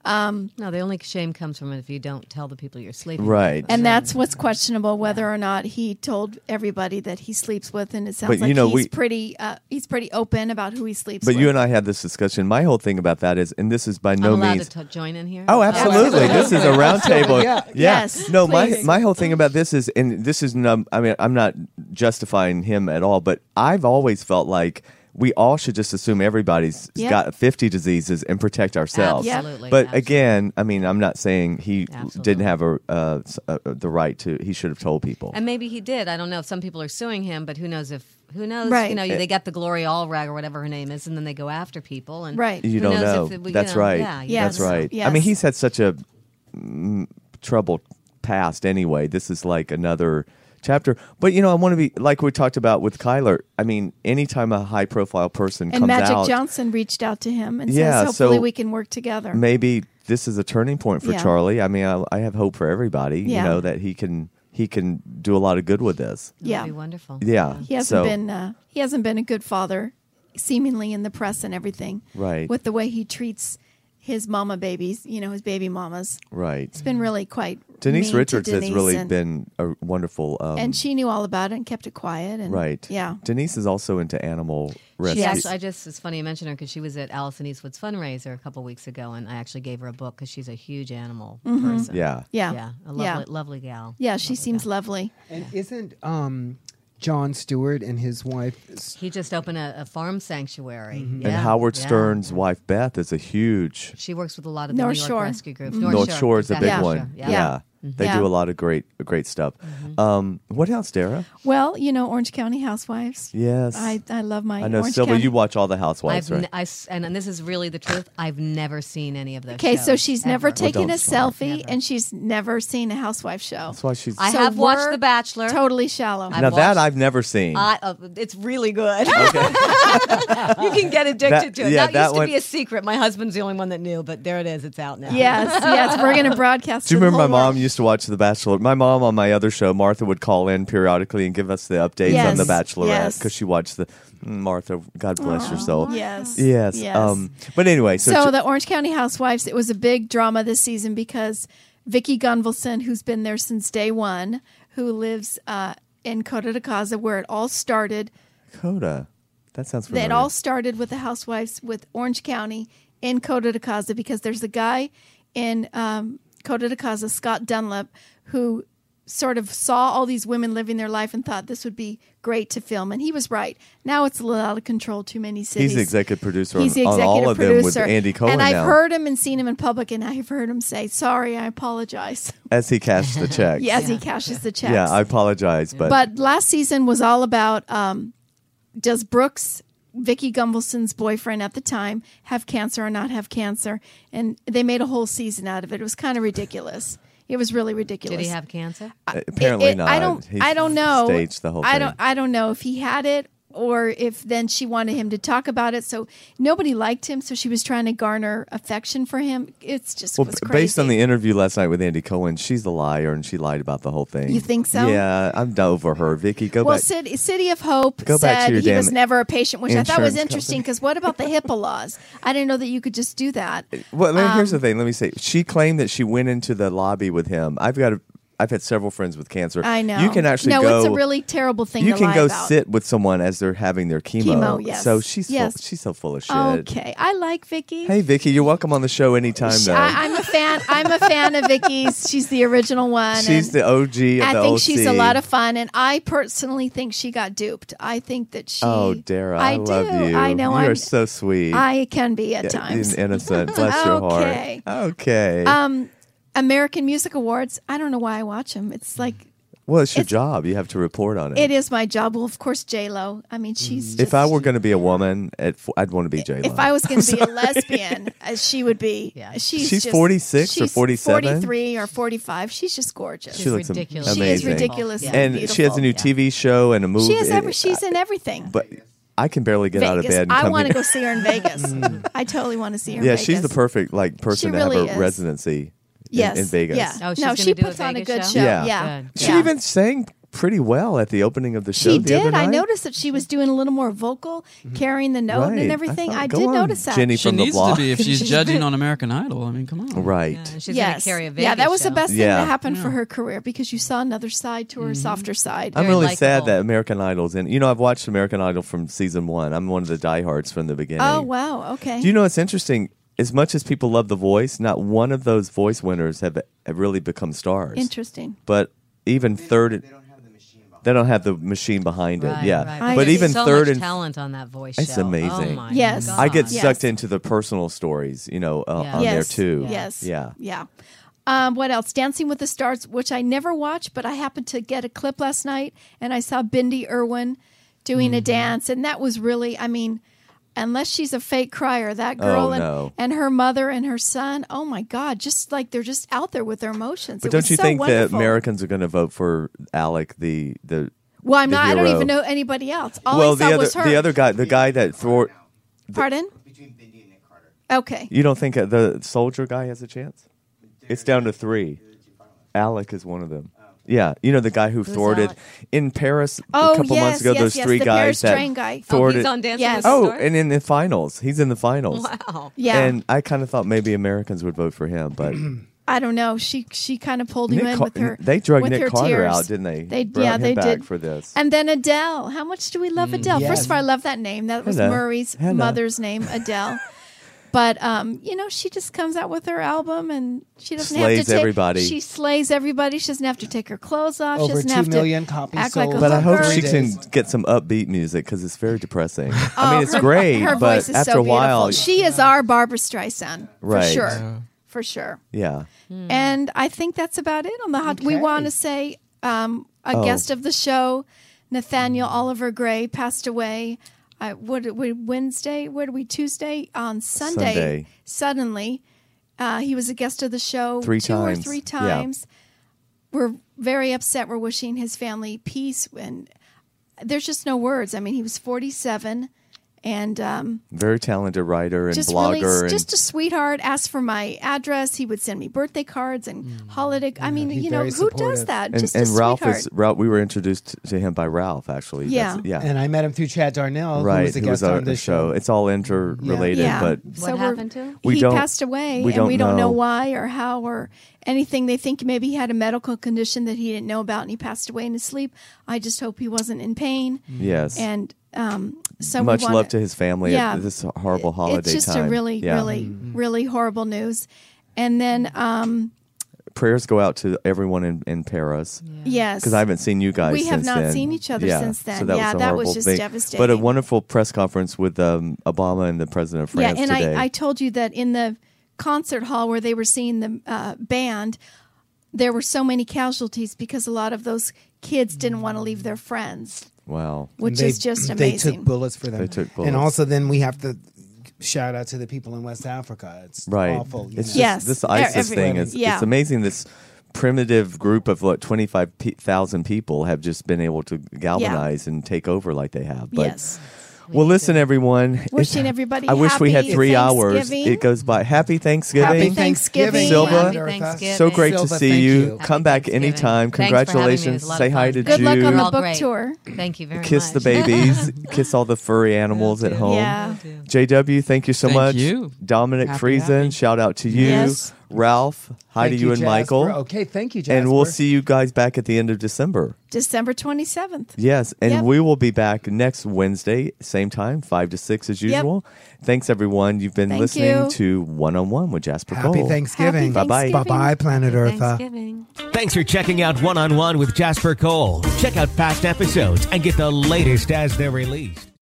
Speaker 8: No, the only shame comes from if you don't tell the people you're sleeping. with.
Speaker 3: Right.
Speaker 4: and that's what's questionable whether or not he told everybody that he sleeps with. And it sounds
Speaker 3: But, you
Speaker 4: like
Speaker 3: know,
Speaker 4: he's
Speaker 3: we-
Speaker 4: pretty uh, he's pretty open about who he sleeps.
Speaker 3: but
Speaker 4: with.
Speaker 3: you and I had this discussion. My whole thing about that is, and this is by
Speaker 8: I'm
Speaker 3: no
Speaker 8: allowed
Speaker 3: means.
Speaker 8: to t- join in here.
Speaker 3: Oh, absolutely! this is a round table.
Speaker 5: Yeah.
Speaker 3: Yeah.
Speaker 4: Yes,
Speaker 3: No, my
Speaker 4: please.
Speaker 3: my whole thing about this is, and this is no. I mean, I'm not justifying him at all, but I've always felt like we all should just assume everybody's
Speaker 4: Yeah.
Speaker 3: got 50 diseases and protect ourselves.
Speaker 8: Absolutely,
Speaker 3: But
Speaker 8: absolutely.
Speaker 3: again, I mean, I'm not saying he
Speaker 8: Absolutely.
Speaker 3: didn't have a, uh, s- uh, the right to. He should have told people.
Speaker 8: And maybe he did. I don't know if some people are suing him, but who knows if who knows?
Speaker 4: Right. Eh
Speaker 8: You know, they get the Glory Allrag or whatever her name is, and then they go after people. And
Speaker 4: Right.
Speaker 3: you
Speaker 8: who
Speaker 3: don't
Speaker 8: knows
Speaker 3: know.
Speaker 8: If it, we- you
Speaker 3: That's
Speaker 8: know,
Speaker 3: right.
Speaker 8: Yeah. you
Speaker 4: Yes.
Speaker 3: That's right. I
Speaker 4: Yes.
Speaker 3: mean, he's had such a mm, troubled past anyway. This is like another chapter. But you know, I want to be like we talked about with Kyler. I mean, anytime a high profile person
Speaker 4: and
Speaker 3: comes
Speaker 4: Magic
Speaker 3: out,
Speaker 4: Johnson reached out to him and
Speaker 3: Yeah,
Speaker 4: says, "Hopefully,
Speaker 3: so
Speaker 4: we can work together."
Speaker 3: maybe this is a turning point for
Speaker 4: Yeah.
Speaker 3: Charlie. I mean, I, I have hope for everybody.
Speaker 4: Yeah.
Speaker 3: You know that he can he can do a lot of good with this.
Speaker 8: That'd
Speaker 4: yeah,
Speaker 8: be wonderful.
Speaker 3: Yeah.
Speaker 4: he hasn't
Speaker 3: so,
Speaker 4: been uh, he hasn't been a good father, seemingly in the press and everything.
Speaker 3: Right.
Speaker 4: with the way he treats his mama babies, you know, his baby mamas.
Speaker 3: right.
Speaker 4: It's been really quite.
Speaker 3: Denise
Speaker 4: mean to
Speaker 3: Richards has
Speaker 4: Denise
Speaker 3: really
Speaker 4: and,
Speaker 3: been a wonderful. Um,
Speaker 4: and she knew all about it and kept it quiet. And
Speaker 3: right.
Speaker 4: yeah,
Speaker 3: Denise is also into animal rescue.
Speaker 8: She actually, I just it's funny you mentioned her because she was at Allison Eastwood's fundraiser a couple weeks ago, and I actually gave her a book because she's a huge animal person.
Speaker 3: yeah.
Speaker 4: Mm-hmm. yeah,
Speaker 8: yeah, a lovely,
Speaker 4: yeah.
Speaker 8: lovely gal.
Speaker 4: Yeah, she seems lovely.
Speaker 5: And isn't um, John Stewart and his wife?
Speaker 8: He just opened a, a farm sanctuary,
Speaker 3: Mm-hmm. And
Speaker 8: Yeah,
Speaker 3: Howard
Speaker 8: yeah.
Speaker 3: Stern's wife Beth is a huge
Speaker 8: She works with a lot of the
Speaker 4: North
Speaker 8: New York
Speaker 4: Shore. Mm-hmm.
Speaker 8: rescue groups.
Speaker 3: North Shore is a big
Speaker 8: exactly.
Speaker 4: Yeah.
Speaker 3: one. Yeah.
Speaker 8: Yeah.
Speaker 3: They
Speaker 4: Yeah.
Speaker 3: do a lot of great great stuff. Um, what else, Dara?
Speaker 4: Well, you know, Orange County Housewives.
Speaker 3: Yes.
Speaker 4: I, I love my.
Speaker 3: I know
Speaker 4: Orange
Speaker 3: Silva,
Speaker 4: County.
Speaker 3: you watch all the
Speaker 8: I've
Speaker 3: housewives,
Speaker 8: n-
Speaker 3: right?
Speaker 8: I s- and, and this is really the truth. I've never seen any of those.
Speaker 4: Okay, so
Speaker 8: shows,
Speaker 4: she's
Speaker 8: ever.
Speaker 4: never taken a
Speaker 3: don't stop.
Speaker 4: selfie, and she's never seen a housewife show.
Speaker 3: That's why she's
Speaker 8: I
Speaker 4: So
Speaker 8: have watched
Speaker 4: we're
Speaker 8: The Bachelor.
Speaker 4: Totally shallow.
Speaker 8: I've
Speaker 3: now that
Speaker 8: watched-
Speaker 3: I've never seen.
Speaker 8: I, uh, it's really good. you can get addicted
Speaker 3: That-
Speaker 8: to it.
Speaker 3: yeah,
Speaker 8: that,
Speaker 3: that
Speaker 8: used to
Speaker 3: one-
Speaker 8: be a secret. My husband's the only one that knew, but there it is. It's out now.
Speaker 4: yes, yes, we're going to broadcast.
Speaker 3: do you
Speaker 4: to the
Speaker 3: remember my
Speaker 4: whole
Speaker 3: mom
Speaker 4: world.
Speaker 3: used to watch The Bachelor? My mom on my other show, Martha would call in periodically and give us the updates on
Speaker 4: Yes,
Speaker 3: The Bachelorette
Speaker 4: yes.
Speaker 3: because she watched the mm, Martha. God bless your soul.
Speaker 4: Yes.
Speaker 3: Yes.
Speaker 4: Yes.
Speaker 3: Um, but anyway, so,
Speaker 4: so
Speaker 3: ch-
Speaker 4: the Orange County Housewives, it was a big drama this season because Vicky Gunvalson, who's been there since day one, who lives uh, in Cota de Casa, where it all started.
Speaker 3: Coda, that sounds familiar.
Speaker 4: It all started with the Housewives with Orange County in Cota de Casa because there's a guy in um, Cota de Casa, Scott Dunlap, who sort of saw all these women living their life and thought this would be great to film, and he was right. Now it's a little out of control. Too many cities.
Speaker 3: He's the executive producer
Speaker 4: He's the
Speaker 3: on, on
Speaker 4: executive
Speaker 3: all of them with
Speaker 4: producer.
Speaker 3: Andy Cohen
Speaker 4: And I've
Speaker 3: now
Speaker 4: heard him and seen him in public, and I've heard him say, "Sorry, I apologize."
Speaker 3: as he E cashed the check.
Speaker 4: Yes, he cashes the checks.
Speaker 3: Yeah, I apologize, but,
Speaker 4: but last season was all about um, does Brooks, Vicky Gumbelson's boyfriend at the time, have cancer or not have cancer? And they made a whole season out of it. It was kind of ridiculous. It was really ridiculous.
Speaker 8: Did he have cancer?
Speaker 3: apparently
Speaker 4: It- it-
Speaker 3: not.
Speaker 4: I don't.
Speaker 3: He's
Speaker 4: I don't know.
Speaker 3: Staged the whole
Speaker 4: I
Speaker 3: thing.
Speaker 4: don't. I don't know if he had it or if then she wanted him to talk about it. So nobody liked him. So she was trying to garner affection for him. It's just
Speaker 3: well,
Speaker 4: was
Speaker 3: b-
Speaker 4: crazy.
Speaker 3: based on the interview last night with Andy Cohen, she's a liar and she lied about the whole thing.
Speaker 4: You think so?
Speaker 3: Yeah, I'm done over her. Vicky, go
Speaker 4: well,
Speaker 3: back.
Speaker 4: City, City of Hope
Speaker 3: Go back to
Speaker 4: said
Speaker 3: your
Speaker 4: he was
Speaker 3: damn
Speaker 4: never a patient, which I thought was
Speaker 3: insurance
Speaker 4: interesting
Speaker 3: company.
Speaker 4: because what about the HIPAA laws? I didn't know that you could just do that. um,
Speaker 3: Well, let- here's the thing. Let me say, she claimed that she went into the lobby with him. I've got a, I've had several friends with cancer.
Speaker 4: I know.
Speaker 3: You can actually
Speaker 4: no,
Speaker 3: go.
Speaker 4: it's a really terrible thing.
Speaker 3: you
Speaker 4: to
Speaker 3: can
Speaker 4: lie
Speaker 3: go
Speaker 4: about.
Speaker 3: sit with someone as they're having their chemo.
Speaker 4: Chemo, yes.
Speaker 3: So she's full-
Speaker 4: Yes.
Speaker 3: she's so full of shit.
Speaker 4: Okay, I like Vicky.
Speaker 3: Hey Vicky, you're welcome on the show anytime though.
Speaker 4: I, I'm a fan. I'm a fan of Vicky's. She's the original one.
Speaker 3: she's
Speaker 4: and-
Speaker 3: the OG of the
Speaker 4: I think
Speaker 3: OC.
Speaker 4: she's a lot of fun, and I personally think she got duped. I think that she.
Speaker 3: Oh, Dara, I, love
Speaker 4: do.
Speaker 3: you.
Speaker 4: I know.
Speaker 3: you
Speaker 4: I'm,
Speaker 3: are so sweet.
Speaker 4: I can be at
Speaker 3: Yeah,
Speaker 4: times.
Speaker 3: in- innocent. Bless your
Speaker 4: Okay.
Speaker 3: heart. Okay.
Speaker 4: Um, American Music Awards. I don't know why I watch them. It's like
Speaker 3: well, it's your
Speaker 4: it's-
Speaker 3: job. You have to report on it.
Speaker 4: it is my job. Well, of course, J Lo. I mean, she's.
Speaker 3: Mm. If
Speaker 4: just-
Speaker 3: I were going to be a woman, at, f- I'd want to be J Lo.
Speaker 4: If I was going to be a lesbian, as she would be.
Speaker 8: Yeah.
Speaker 4: She's
Speaker 3: She's
Speaker 4: just-
Speaker 3: 46 or
Speaker 4: she's
Speaker 3: 47?
Speaker 4: 43 or 45. She's just gorgeous.
Speaker 3: she looks am-
Speaker 8: ridiculous.
Speaker 3: amazing.
Speaker 4: She is ridiculous.
Speaker 8: Yeah.
Speaker 3: And she has a new
Speaker 8: Yeah.
Speaker 3: TV show and a movie.
Speaker 4: She has every,
Speaker 3: It-
Speaker 4: she's in everything.
Speaker 3: but I can barely get out of
Speaker 4: Vegas.
Speaker 3: bed. And
Speaker 4: I
Speaker 3: come
Speaker 4: want to
Speaker 3: here. Mm.
Speaker 4: go see her in Vegas. I totally want to see her.
Speaker 3: Yeah,
Speaker 4: in Vegas.
Speaker 3: she's the perfect like person to
Speaker 4: really
Speaker 3: have
Speaker 4: is.
Speaker 3: a residency. in-
Speaker 4: Yes,
Speaker 3: in, Vegas.
Speaker 4: Yeah.
Speaker 8: Oh, she's
Speaker 4: no,
Speaker 8: gonna
Speaker 4: she
Speaker 8: do a
Speaker 4: puts on a
Speaker 8: Vegas
Speaker 4: good show.
Speaker 8: show?
Speaker 4: Yeah,
Speaker 3: Yeah.
Speaker 8: Good.
Speaker 3: She
Speaker 4: Yeah.
Speaker 3: even sang pretty well at the opening of the show.
Speaker 4: She
Speaker 3: the
Speaker 4: did.
Speaker 3: Other
Speaker 4: I
Speaker 3: night. Mm-hmm.
Speaker 4: noticed that she was doing a little more vocal, carrying the note
Speaker 3: Right.
Speaker 4: and
Speaker 3: I
Speaker 4: everything.
Speaker 3: thought-
Speaker 4: I,
Speaker 3: go
Speaker 4: did
Speaker 3: on,
Speaker 4: notice that.
Speaker 3: Jenny
Speaker 6: She
Speaker 3: from the
Speaker 6: needs
Speaker 3: block.
Speaker 6: to be if she's
Speaker 4: She's
Speaker 6: judging
Speaker 4: good.
Speaker 6: on American Idol. I mean, come on.
Speaker 3: right.
Speaker 8: Yeah, Uh, she's
Speaker 4: Yes.
Speaker 8: gonna carry a Vegas
Speaker 4: yeah, that was
Speaker 8: show. Mm-hmm.
Speaker 4: the best
Speaker 3: Yeah.
Speaker 4: thing that happened for her career because you saw another side to her softer side.
Speaker 3: I'm
Speaker 8: Very
Speaker 3: really sad
Speaker 8: likable.
Speaker 3: that American Idol's in. You know, I've watched American Idol from season one. I'm one of the diehards from the beginning.
Speaker 4: oh wow. Okay.
Speaker 3: Do you know it's interesting? As much as people love The Voice, not one of those Voice winners have, have really become stars.
Speaker 4: Interesting.
Speaker 3: But even third, they don't have the machine behind it.
Speaker 8: Right,
Speaker 3: yeah,
Speaker 8: right.
Speaker 4: I
Speaker 3: but
Speaker 4: agree.
Speaker 8: There's
Speaker 3: even
Speaker 8: so
Speaker 3: third
Speaker 8: much
Speaker 3: and
Speaker 8: talent on that voice.
Speaker 3: It's
Speaker 8: show.
Speaker 3: amazing.
Speaker 8: Oh my
Speaker 4: Yes.
Speaker 8: God.
Speaker 3: I get
Speaker 4: Yes.
Speaker 3: sucked into the personal stories, you know, uh,
Speaker 8: Yeah.
Speaker 3: on
Speaker 4: yes.
Speaker 3: there too.
Speaker 4: Yes.
Speaker 3: Yeah.
Speaker 4: Yeah. Um, what else? Dancing with the Stars, which I never watch, but I happened to get a clip last night, and I saw Bindi Irwin doing
Speaker 8: Mm-hmm.
Speaker 4: a dance, and that was really, I mean, unless she's a fake crier, that girl
Speaker 3: Oh,
Speaker 4: and,
Speaker 3: no.
Speaker 4: and her mother and her son, oh my God, just like they're just out there with their emotions.
Speaker 3: But
Speaker 4: It
Speaker 3: don't
Speaker 4: was
Speaker 3: you
Speaker 4: so
Speaker 3: think that
Speaker 4: wonderful.
Speaker 3: Americans are going to vote for Alec the the?
Speaker 4: Well, I'm
Speaker 3: the
Speaker 4: not. I don't
Speaker 3: hero?
Speaker 4: even know anybody else. All
Speaker 3: well,
Speaker 4: Oh, I
Speaker 3: the
Speaker 4: saw
Speaker 3: other
Speaker 4: was her.
Speaker 3: the other guy, the guy that thwart.
Speaker 4: Pardon? Okay.
Speaker 3: You don't think uh, the soldier guy has a chance? It's down to three. Alec is one of them. Yeah, you know the guy who thwarted
Speaker 8: Alec?
Speaker 3: in Paris
Speaker 4: Oh,
Speaker 3: a couple
Speaker 4: yes,
Speaker 3: months ago.
Speaker 4: yes,
Speaker 3: those
Speaker 4: yes,
Speaker 3: three
Speaker 4: the Paris
Speaker 3: guys
Speaker 4: train
Speaker 3: that
Speaker 4: guy. Oh, he's
Speaker 8: Oh,
Speaker 3: thwarted.
Speaker 8: he's on Dancing
Speaker 4: Yes.
Speaker 8: with the
Speaker 3: Oh,
Speaker 8: Stars? Oh,
Speaker 3: and in the finals, he's in the finals.
Speaker 8: wow.
Speaker 4: Yeah.
Speaker 3: And I kind of thought maybe Americans would vote for him, but
Speaker 4: I don't know. She she kind of pulled him
Speaker 3: Nick
Speaker 4: in
Speaker 3: Car-
Speaker 4: with her.
Speaker 3: they drug
Speaker 4: with
Speaker 3: Nick
Speaker 4: her
Speaker 3: Carter
Speaker 4: tears.
Speaker 3: out, didn't they?
Speaker 4: They
Speaker 3: Brought
Speaker 4: yeah
Speaker 3: him
Speaker 4: they
Speaker 3: back
Speaker 4: did
Speaker 3: for this. Hmm,
Speaker 4: And then Adele. How much do we love Adele?
Speaker 5: Yes.
Speaker 4: First of all, I love that name. That was
Speaker 3: Hello.
Speaker 4: Murray's
Speaker 3: Hello.
Speaker 4: mother's name, Adele. But um, you know, she just comes out with her album, and she doesn't have
Speaker 3: Slays
Speaker 4: to take,
Speaker 3: everybody.
Speaker 4: She slays everybody. She doesn't have to take her clothes off. she
Speaker 5: Over
Speaker 4: doesn't
Speaker 5: two
Speaker 4: have
Speaker 5: million
Speaker 4: to
Speaker 5: copies
Speaker 4: act
Speaker 5: sold.
Speaker 4: like a
Speaker 3: But I hope
Speaker 4: hooker.
Speaker 3: she
Speaker 5: Three
Speaker 3: can
Speaker 5: days.
Speaker 3: get some upbeat music because it's very depressing. I
Speaker 4: Oh,
Speaker 3: mean, it's
Speaker 4: her-
Speaker 3: great,
Speaker 4: her
Speaker 3: but
Speaker 4: voice is
Speaker 3: after
Speaker 4: so
Speaker 3: a while,
Speaker 4: beautiful. she is our Barbara Streisand,
Speaker 3: Right.
Speaker 4: For sure,
Speaker 6: Yeah.
Speaker 4: for sure.
Speaker 3: yeah.
Speaker 4: And I think that's about it on the hot. We
Speaker 5: Okay.
Speaker 4: want to say um, a
Speaker 3: Oh.
Speaker 4: guest of the show, Nathaniel Oliver Gray, passed away. Uh, what, what Wednesday? What are we Tuesday on Sunday?
Speaker 3: Sunday.
Speaker 4: Suddenly, uh, he was a guest of the show
Speaker 3: Three
Speaker 4: two or
Speaker 3: times.
Speaker 4: three
Speaker 3: Yeah.
Speaker 4: times. We're very upset. We're wishing his family peace. And there's just no words. I mean, he was 47, and um,
Speaker 3: Very talented writer and
Speaker 4: just
Speaker 3: blogger.
Speaker 4: really
Speaker 3: and
Speaker 4: just a sweetheart asked for my address he would send me birthday cards and holiday i mean
Speaker 5: Mm. he's
Speaker 4: you know
Speaker 5: very
Speaker 4: who does
Speaker 5: supportive.
Speaker 4: that
Speaker 3: and,
Speaker 4: just
Speaker 3: and
Speaker 4: a
Speaker 3: Ralph
Speaker 4: sweetheart
Speaker 3: is Ralph. We were introduced to him by Ralph, actually.
Speaker 4: Yeah.
Speaker 3: That's- yeah.
Speaker 5: And I met him through Chad Darnell,
Speaker 3: right.
Speaker 5: who was a guest
Speaker 3: on
Speaker 5: on this show.
Speaker 3: It's all interrelated,
Speaker 4: yeah
Speaker 3: but
Speaker 8: What
Speaker 4: we're-
Speaker 8: happened to him?
Speaker 3: We
Speaker 4: he
Speaker 3: don't-
Speaker 4: passed away
Speaker 3: we
Speaker 4: and
Speaker 3: don't
Speaker 4: we don't know.
Speaker 3: know.
Speaker 4: why or how or anything they think maybe he had a medical condition that he didn't know about and he passed away in his sleep i just hope he wasn't in pain
Speaker 3: yes.
Speaker 4: and um so we
Speaker 3: Much
Speaker 4: wanna-
Speaker 3: love to his family
Speaker 4: Yeah.
Speaker 3: at this horrible holiday
Speaker 4: it's just
Speaker 3: time.
Speaker 4: a really
Speaker 3: Yeah.
Speaker 4: really
Speaker 5: Mm-hmm.
Speaker 4: really horrible news and then um
Speaker 3: prayers go out to everyone in, in Paris.
Speaker 4: yes
Speaker 3: because I haven't seen you guys.
Speaker 4: We have
Speaker 3: since
Speaker 4: not
Speaker 3: then.
Speaker 4: seen each other
Speaker 3: Yeah,
Speaker 4: since then.
Speaker 3: So that
Speaker 4: Yeah,
Speaker 3: was a
Speaker 4: that was
Speaker 3: horrible
Speaker 4: just
Speaker 3: thing. But a
Speaker 4: devastating.
Speaker 3: wonderful press conference with um, Obama and the president of France
Speaker 4: yeah, and
Speaker 3: today.
Speaker 4: I, I told you that in the concert hall where they were seeing the uh, band, there were so many casualties because a lot of those kids didn't want to leave their friends,
Speaker 3: wow.
Speaker 4: which
Speaker 5: They-
Speaker 4: is just
Speaker 5: They took
Speaker 4: amazing.
Speaker 5: bullets for them.
Speaker 3: They took bullets.
Speaker 5: And also, then we have to shout out to the people in West Africa. It's
Speaker 3: Right.
Speaker 5: awful. you
Speaker 3: It's just,
Speaker 5: know.
Speaker 4: Yes.
Speaker 3: this
Speaker 4: They're
Speaker 3: ISIS
Speaker 4: everywhere.
Speaker 3: thing is
Speaker 4: Yeah.
Speaker 3: it's amazing. This primitive group of what twenty five thousand people have just been able to galvanize and take over like they have. But,
Speaker 4: yes,
Speaker 3: Well, listen, everyone.
Speaker 4: Wishing
Speaker 3: It's-
Speaker 4: everybody
Speaker 3: I wish we had
Speaker 4: happy
Speaker 3: three hours.
Speaker 4: Thanksgiving.
Speaker 3: It goes by. Happy Thanksgiving.
Speaker 4: Happy Thanksgiving.
Speaker 3: Silva.
Speaker 8: Happy
Speaker 5: Eartha.
Speaker 8: Thanksgiving.
Speaker 3: So great to
Speaker 5: Silva,
Speaker 3: see
Speaker 5: thank
Speaker 3: you.
Speaker 5: you.
Speaker 3: Come back
Speaker 8: Thanksgiving.
Speaker 3: anytime.
Speaker 8: Thanks for having me. It was a
Speaker 3: Congratulations.
Speaker 8: lot of
Speaker 3: Say
Speaker 8: fun.
Speaker 3: hi to
Speaker 4: Good
Speaker 3: Jude.
Speaker 4: luck on
Speaker 8: You're
Speaker 4: the
Speaker 8: all
Speaker 4: book
Speaker 8: great.
Speaker 4: tour.
Speaker 8: Thank you very much.
Speaker 3: Kiss the babies. Kiss all the furry animals at home.
Speaker 4: Yeah.
Speaker 3: JW, thank you so
Speaker 6: Thank
Speaker 3: much.
Speaker 6: you.
Speaker 3: Dominic
Speaker 6: Happy,
Speaker 3: Friesen,
Speaker 6: happy.
Speaker 3: shout out to you.
Speaker 4: Yes.
Speaker 3: Ralph, hi
Speaker 5: Thank
Speaker 3: to you, and
Speaker 5: Jasper.
Speaker 3: Michael.
Speaker 5: Okay, thank you, Jasper.
Speaker 3: And we'll see you guys back at the end of December.
Speaker 4: December 27th.
Speaker 3: Yes, and
Speaker 4: Yep.
Speaker 3: we will be back next Wednesday, same time, five to six as
Speaker 4: Yep.
Speaker 3: usual. Thanks everyone. You've been
Speaker 4: Thank
Speaker 3: listening
Speaker 4: you.
Speaker 3: to One on One with Jasper
Speaker 5: Happy
Speaker 3: Cole.
Speaker 5: Thanksgiving.
Speaker 4: Happy
Speaker 3: Oh. Bye-bye.
Speaker 5: Bye
Speaker 4: Thanksgiving.
Speaker 5: bye, planet Earth.
Speaker 8: Thanksgiving.
Speaker 2: Thanks for checking out One on One with Jasper Cole. Check out past episodes and get the latest as they're released.